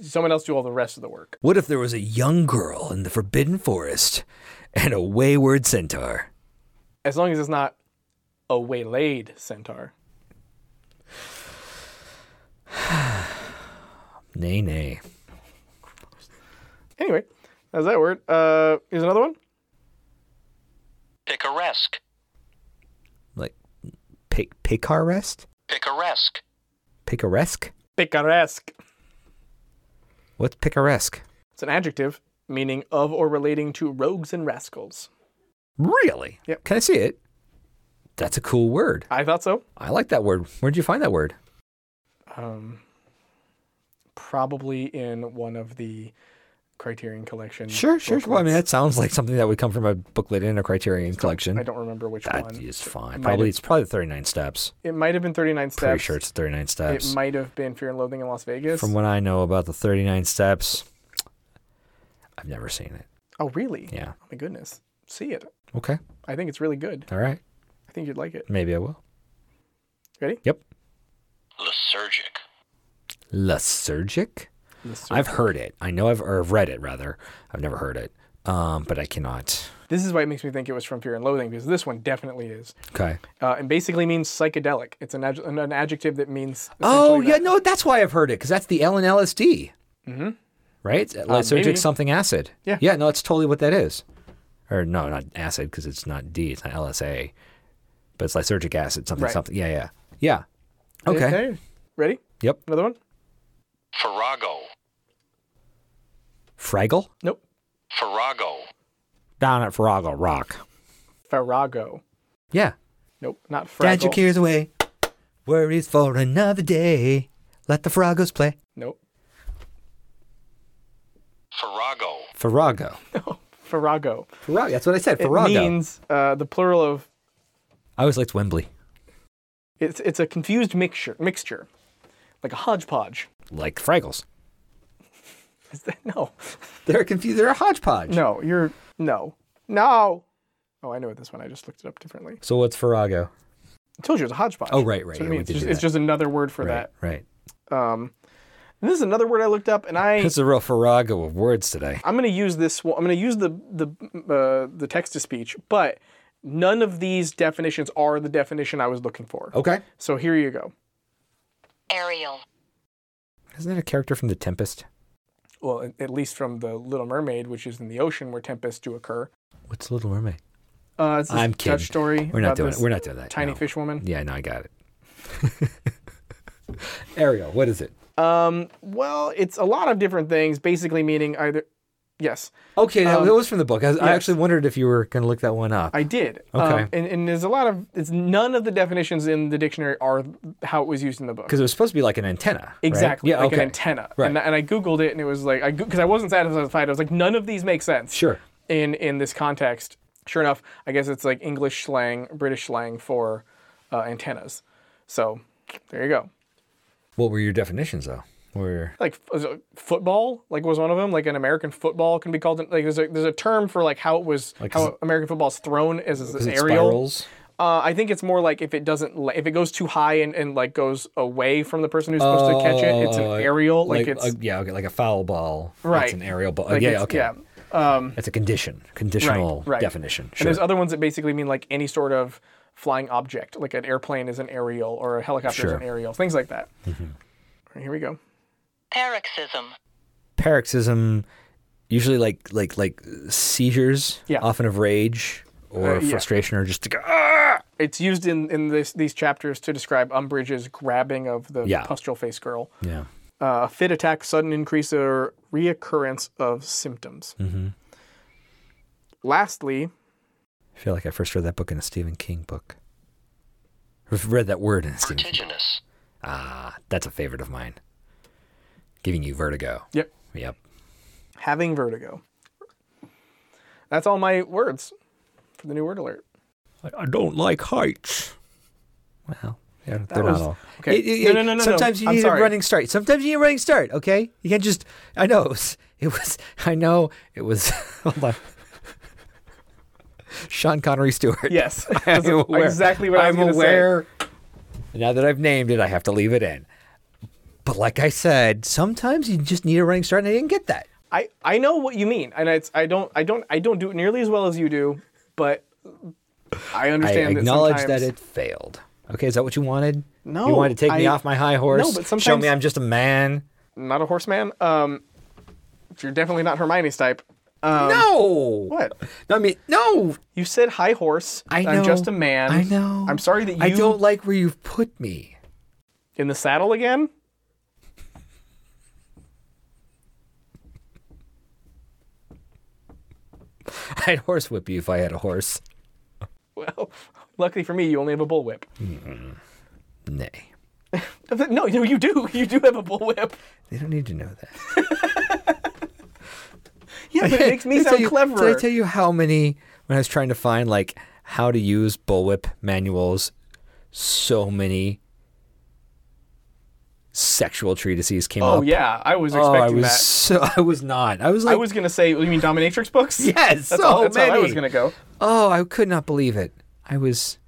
Speaker 1: Someone else do all the rest of the work.
Speaker 2: What if there was a young girl in the Forbidden Forest and a wayward centaur?
Speaker 1: As long as it's not a waylaid centaur.
Speaker 2: Nay, nay.
Speaker 1: Anyway, that's that word. Uh, here's another one.
Speaker 3: Picaresque.
Speaker 2: Like, pic- picaresque?
Speaker 3: Picaresque.
Speaker 2: Picaresque?
Speaker 1: Picaresque.
Speaker 2: What's picaresque?
Speaker 1: It's an adjective meaning of or relating to rogues and rascals.
Speaker 2: Really?
Speaker 1: Yep.
Speaker 2: Can I see it? That's a cool word.
Speaker 1: I thought so.
Speaker 2: I like that word. Where'd you find that word?
Speaker 1: um, probably in one of the Criterion Collection.
Speaker 2: Well, I mean, that
Speaker 1: booklets.
Speaker 2: sounds like something that would come from a booklet in a Criterion collection.
Speaker 1: I don't remember which
Speaker 2: That
Speaker 1: one.
Speaker 2: is fine.
Speaker 1: might
Speaker 2: Probably
Speaker 1: have-
Speaker 2: it's probably 39 steps.
Speaker 1: It might have been 39 Steps.
Speaker 2: Pretty sure it's 39 steps.
Speaker 1: It might have been Fear and Loathing in Las Vegas.
Speaker 2: From what I know about the 39 steps, I've never seen it.
Speaker 1: oh, really?
Speaker 2: Yeah.
Speaker 1: Oh, my goodness. See it.
Speaker 2: Okay.
Speaker 1: I think it's really good.
Speaker 2: All right.
Speaker 1: I think you'd like it.
Speaker 2: Maybe I will.
Speaker 1: Ready?
Speaker 2: Yep.
Speaker 3: Lysergic.
Speaker 2: Lysergic?
Speaker 1: This,
Speaker 2: I've heard it. I know I've or I've read it rather. I've never heard it. Um, but I cannot.
Speaker 1: this is why it makes me think it was from Fear and Loathing because this one definitely is.
Speaker 2: Okay.
Speaker 1: Uh, and basically means psychedelic. It's an, adj- an, an adjective that means.
Speaker 2: Oh
Speaker 1: essentially
Speaker 2: yeah,
Speaker 1: that-
Speaker 2: no, that's why I've heard it because that's the L and LSD. Mm-hmm. Right? It's Lysergic
Speaker 1: Uh, maybe.
Speaker 2: something acid.
Speaker 1: Yeah.
Speaker 2: Yeah. No, that's totally what that is. Or no, not acid because it's not D. It's not LSA, but it's lysergic acid. Something.
Speaker 1: Right.
Speaker 2: Something. Yeah. Yeah. Yeah.
Speaker 1: Hey,
Speaker 2: Okay.
Speaker 1: hey. Ready?
Speaker 2: Yep.
Speaker 1: Another one?
Speaker 3: Farrago.
Speaker 2: Fraggle.
Speaker 1: Nope.
Speaker 3: Farrago.
Speaker 2: Down at Farrago Rock.
Speaker 1: Farrago.
Speaker 2: Yeah.
Speaker 1: Nope. Not Fraggle.
Speaker 2: Dad, your cares away. Worries for another day. Let the Fragos play.
Speaker 1: Nope.
Speaker 3: Farrago.
Speaker 2: Farrago.
Speaker 1: Farrago.
Speaker 2: Farrago. That's what I said.
Speaker 1: It
Speaker 2: Farrago.
Speaker 1: means uh, the plural of
Speaker 2: I always liked Wembley.
Speaker 1: it's it's a confused mixture mixture, like a hodgepodge.
Speaker 2: Like Fraggles.
Speaker 1: Is that no,
Speaker 2: They're confused. They're a hodgepodge.
Speaker 1: no? You're no, no. Oh, I know this one. I just looked it up differently.
Speaker 2: So what's Farrago?
Speaker 1: I told you it's a hodgepodge.
Speaker 2: Oh, right, right,
Speaker 1: So I
Speaker 2: yeah,
Speaker 1: mean,
Speaker 2: we
Speaker 1: it's,
Speaker 2: did
Speaker 1: just,
Speaker 2: do
Speaker 1: it's
Speaker 2: that.
Speaker 1: just another word for
Speaker 2: Right, right.
Speaker 1: that. Um, and this is another word I looked up, and I
Speaker 2: It's a real farrago of words today.
Speaker 1: I'm going to use this. one- I'm going to use the the uh, the text to speech, but none of these definitions are the definition I was looking for.
Speaker 2: Okay.
Speaker 1: So here you go.
Speaker 4: Ariel.
Speaker 2: Isn't that a character from The Tempest?
Speaker 1: Well, at- at least from the Little Mermaid, which is in the ocean where tempests do occur.
Speaker 2: What's Little Mermaid?
Speaker 1: Uh, it's this
Speaker 2: I'm kidding.
Speaker 1: Dutch story.
Speaker 2: We're not
Speaker 1: about
Speaker 2: doing
Speaker 1: this
Speaker 2: it. We're not doing that.
Speaker 1: Tiny
Speaker 2: no.
Speaker 1: fish woman.
Speaker 2: Yeah, no, I got it. Ariel, what is it?
Speaker 1: Um, well, it's a lot of different things, basically meaning either. Yes,
Speaker 2: Okay, that
Speaker 1: Um,
Speaker 2: that was from the book. I, was, I
Speaker 1: yes.
Speaker 2: actually wondered if you were going to look that one up.
Speaker 1: I did.
Speaker 2: Okay.
Speaker 1: Um, and, and there's a lot of. It's none of the definitions in the dictionary are how it was used in the book.
Speaker 2: Because it was supposed to be like an antenna. right?
Speaker 1: Exactly,
Speaker 2: Yeah,
Speaker 1: like
Speaker 2: okay.
Speaker 1: an antenna.
Speaker 2: Right.
Speaker 1: And, and I googled it, and it was like, I because I wasn't satisfied. I was like, none of these make sense.
Speaker 2: Sure.
Speaker 1: In in this context, sure enough, I guess it's like English slang, British slang for uh, antennas. So there you go.
Speaker 2: What were your definitions, though? Were
Speaker 1: Like was it football, like was one of them. Like an American football can be called. Like there's a there's a term for like how it was how American football's thrown as this
Speaker 2: was it
Speaker 1: aerial.
Speaker 2: spirals?
Speaker 1: Uh, I think it's more like if it doesn't la- if it goes too high and, and like goes away from the person who's supposed to catch it, it's an
Speaker 2: Oh,
Speaker 1: aerial. Like, it's
Speaker 2: a- yeah, okay, like a foul ball.
Speaker 1: Right.
Speaker 2: It's an aerial ball. Uh,
Speaker 1: like
Speaker 2: yeah,
Speaker 1: it's-
Speaker 2: okay. That's a condition, conditional
Speaker 1: right.
Speaker 2: definition.
Speaker 1: And
Speaker 2: Sure.
Speaker 1: there's other ones that basically mean like any sort of flying object, like an airplane is an aerial or a helicopter is
Speaker 2: Sure. Mm-hmm.
Speaker 1: an aerial, things like that. All right, here we go.
Speaker 4: Paroxysm.
Speaker 2: Paroxysm, usually like like like seizures,
Speaker 1: Yeah.
Speaker 2: often of rage or
Speaker 1: Uh, yeah.
Speaker 2: frustration or just to go. "Ah!"
Speaker 1: It's used in, in this, these chapters to describe Umbridge's grabbing of the
Speaker 2: Yeah.
Speaker 1: pustule faced girl.
Speaker 2: Yeah.
Speaker 1: Uh, fit attack, sudden increase or reoccurrence of symptoms.
Speaker 2: Mm-hmm.
Speaker 1: Lastly,
Speaker 2: I feel like I first read that book in a Stephen King book. I've read that word in a Stephen King.
Speaker 3: Vertiginous.
Speaker 2: Ah, that's a favorite of mine. Giving you vertigo.
Speaker 1: yep,
Speaker 2: Yep.
Speaker 1: having vertigo. That's all my words for the new word alert.
Speaker 2: I don't like heights. Well, yeah, they're
Speaker 1: was-
Speaker 2: not all.
Speaker 1: okay.
Speaker 2: It- it-
Speaker 1: No, no, no, no, no.
Speaker 2: Sometimes you
Speaker 1: I'm
Speaker 2: need
Speaker 1: sorry.
Speaker 2: a running start. Sometimes you need a running start. Okay, you can't just. I know it was. It was I know it was. Hold on. Sean Connery Stewart.
Speaker 1: Yes,
Speaker 2: I'm
Speaker 1: that's exactly what I was
Speaker 2: I'm
Speaker 1: gonna say.
Speaker 2: aware. Now that I've named it, I have to leave it in. But like I said, sometimes you just need a running start, and I didn't get that.
Speaker 1: I, I know what you mean, and it's I don't I don't I don't do it nearly as well as you do, but I
Speaker 2: I
Speaker 1: understand.
Speaker 2: acknowledge
Speaker 1: that,
Speaker 2: that
Speaker 1: sometimes-
Speaker 2: it failed. Okay, is that what you wanted?
Speaker 1: No,
Speaker 2: you wanted to take me
Speaker 1: I-
Speaker 2: off my high horse.
Speaker 1: No, but
Speaker 2: show
Speaker 1: sometimes-
Speaker 2: me I'm just a man.
Speaker 1: not a horseman. Um, you're definitely not Hermione's type. Um,
Speaker 2: no.
Speaker 1: What
Speaker 2: No, I mean, no.
Speaker 1: you said, high horse.
Speaker 2: I know.
Speaker 1: am just a man.
Speaker 2: I know.
Speaker 1: I'm sorry that you
Speaker 2: I don't like where you've put me.
Speaker 1: in the saddle again.
Speaker 2: I'd horse whip you if I had a horse.
Speaker 1: Well, luckily for me, you only have a bullwhip. Uh,
Speaker 2: Nay.
Speaker 1: No, no, you do. You do have a bullwhip.
Speaker 2: They don't need to know that.
Speaker 1: Yeah, but it makes me
Speaker 2: Did I
Speaker 1: sound
Speaker 2: tell you-
Speaker 1: cleverer.
Speaker 2: Did I tell you how many when I was trying to find like how to use bullwhip manuals? So many sexual treatises came
Speaker 1: oh
Speaker 2: up.
Speaker 1: yeah, I was
Speaker 2: Oh,
Speaker 1: expecting
Speaker 2: I was
Speaker 1: that.
Speaker 2: so I was not. I was like,
Speaker 1: I was gonna say, you mean dominatrix books?
Speaker 2: Yes,
Speaker 1: that's, all,
Speaker 2: so
Speaker 1: that's how I
Speaker 2: many.
Speaker 1: was gonna go.
Speaker 2: oh, I could not believe it. I was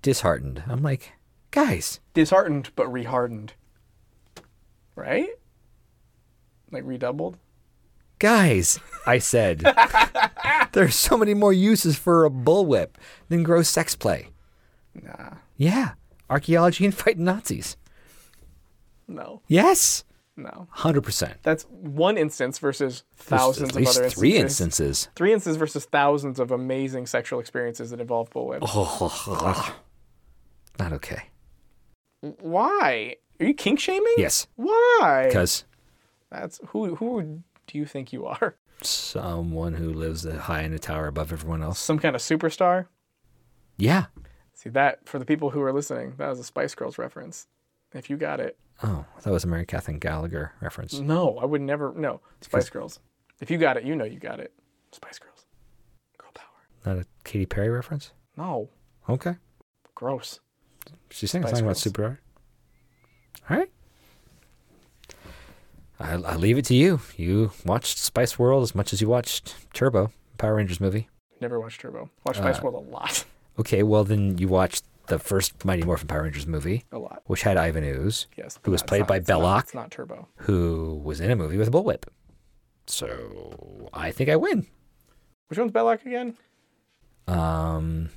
Speaker 2: disheartened. I'm like, guys,
Speaker 1: disheartened but rehardened. Right? Like redoubled?
Speaker 2: guys, I said, there's so many more uses for a bullwhip than gross sex play.
Speaker 1: Nah,
Speaker 2: Yeah, archaeology and fighting Nazis.
Speaker 1: no,
Speaker 2: Yes,
Speaker 1: no.
Speaker 2: hundred percent.
Speaker 1: That's one instance versus
Speaker 2: There's
Speaker 1: thousands
Speaker 2: at least
Speaker 1: of other instances.
Speaker 2: three instances.
Speaker 1: Three instances versus thousands of amazing sexual experiences that involve bullwhip.
Speaker 2: Oh. Not okay.
Speaker 1: Why? Are you kink shaming?
Speaker 2: Yes,
Speaker 1: Why?
Speaker 2: because
Speaker 1: That's who who do you think you are?
Speaker 2: someone who lives high in a tower above everyone else.
Speaker 1: Some kind of superstar?
Speaker 2: Yeah.
Speaker 1: See that for the people who are listening, that was a Spice Girls reference. If you got it.
Speaker 2: Oh, that was a Mary Catherine Gallagher reference.
Speaker 1: No, I would never no. Spice Girls. If you got it, you know you got it. Spice Girls. Girl power.
Speaker 2: Not a Katy Perry reference?
Speaker 1: No,
Speaker 2: Okay.
Speaker 1: gross.
Speaker 2: She's saying
Speaker 1: Spice
Speaker 2: something about
Speaker 1: Girls.
Speaker 2: super art. All right. I, I leave it to you. You watched Spice World as much as you watched Turbo, Power Rangers movie.
Speaker 1: Never watched Turbo. Watched
Speaker 2: Uh.
Speaker 1: Spice World a lot.
Speaker 2: Okay, well then you watched the first Mighty Morphin Power Rangers movie,
Speaker 1: A lot.
Speaker 2: which had Ivan Ooze,
Speaker 1: Yes. but
Speaker 2: who was
Speaker 1: no, it's
Speaker 2: played
Speaker 1: not-
Speaker 2: by
Speaker 1: it's not-
Speaker 2: Belloc,
Speaker 1: It's not Turbo.
Speaker 2: who was in a movie with a bullwhip. So I think I win.
Speaker 1: Which one's Belloc again?
Speaker 2: Um,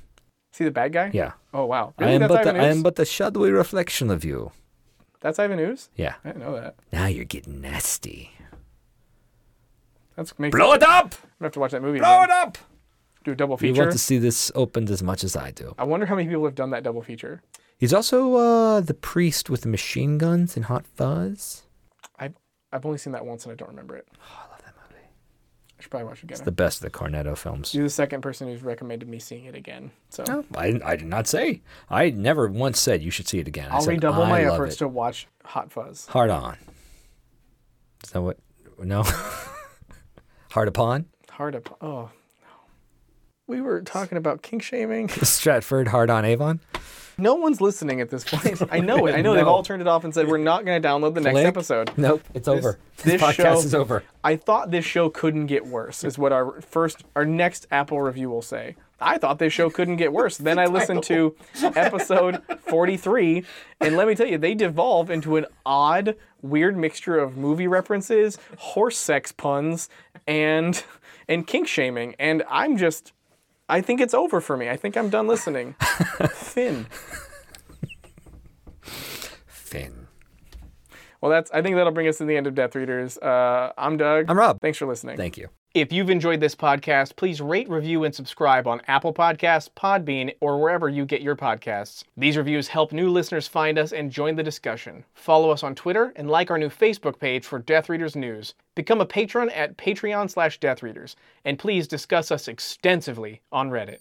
Speaker 1: See the bad guy?
Speaker 2: yeah,
Speaker 1: Oh wow.
Speaker 2: I
Speaker 1: Really?
Speaker 2: am
Speaker 1: That's
Speaker 2: but
Speaker 1: Ivan
Speaker 2: the, I am
Speaker 1: Ooze?
Speaker 2: but the shadowy reflection of you.
Speaker 1: That's Ivan Ooze?
Speaker 2: Yeah.
Speaker 1: I didn't know that.
Speaker 2: Now you're getting nasty.
Speaker 1: That's making. I'm
Speaker 2: Blow it up!
Speaker 1: gonna have to watch that movie.
Speaker 2: Blow
Speaker 1: again.
Speaker 2: it up!
Speaker 1: Do a double
Speaker 2: You want
Speaker 1: feature.
Speaker 2: to see this opened as much as I do.
Speaker 1: I wonder how many people have done that double feature.
Speaker 2: He's also uh, the priest with the machine guns in Hot Fuzz.
Speaker 1: I've I've only seen that once and I don't remember it.
Speaker 2: I love that movie.
Speaker 1: I should probably watch it again.
Speaker 2: The best of the Cornetto films.
Speaker 1: You're the second person who's recommended me seeing it again. So
Speaker 2: No, I, didn't- I did not say. I never once said you should see it again. I
Speaker 1: I'll
Speaker 2: said,
Speaker 1: redouble
Speaker 2: I
Speaker 1: my
Speaker 2: love
Speaker 1: efforts
Speaker 2: it.
Speaker 1: to watch Hot Fuzz.
Speaker 2: Hard on. Is that what? No. Hard upon?
Speaker 1: Hard up. Oh. no. We were talking about kink shaming.
Speaker 2: Stratford, hard on Avon?
Speaker 1: No one's listening at this point. I know it. I know they've
Speaker 2: No.
Speaker 1: all turned it off and said we're not going to download the next
Speaker 2: Click.
Speaker 1: episode.
Speaker 2: Nope, it's over.
Speaker 1: this
Speaker 2: This, podcast
Speaker 1: show-
Speaker 2: is over.
Speaker 1: I thought this show couldn't get worse, is what our first, our next Apple review will say. I thought this show couldn't get worse. Then I listened to episode 43, and let me tell you, they devolve into an odd, weird mixture of movie references, horse sex puns, and and kink shaming. And I'm just, I think it's over for me. I think I'm done listening. Finn.
Speaker 2: Finn.
Speaker 1: Well, that's. I think that'll bring us to the end of Death Readers. Uh, I'm Doug.
Speaker 2: I'm Rob.
Speaker 1: Thanks for listening.
Speaker 2: Thank you.
Speaker 1: If you've enjoyed this podcast, please rate, review, and subscribe on Apple Podcasts, Podbean, or wherever you get your podcasts. These reviews help new listeners find us and join the discussion. Follow us on Twitter and like our new Facebook page for Death Readers News. Become a patron at patreon slash deathreaders, and please discuss us extensively on Reddit.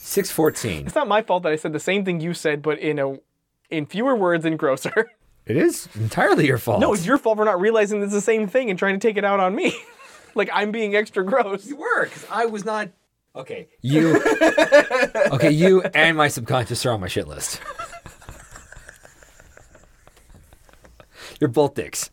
Speaker 2: 614.
Speaker 1: It's not my fault that I said the same thing you said, but in a in fewer words and grosser.
Speaker 2: It is entirely your fault.
Speaker 1: No, it's your fault for not realizing it's the same thing and trying to take it out on me. like I'm being extra gross.
Speaker 2: were, because I was not. Okay. You. okay, you and my subconscious are on my shit list. You're both dicks.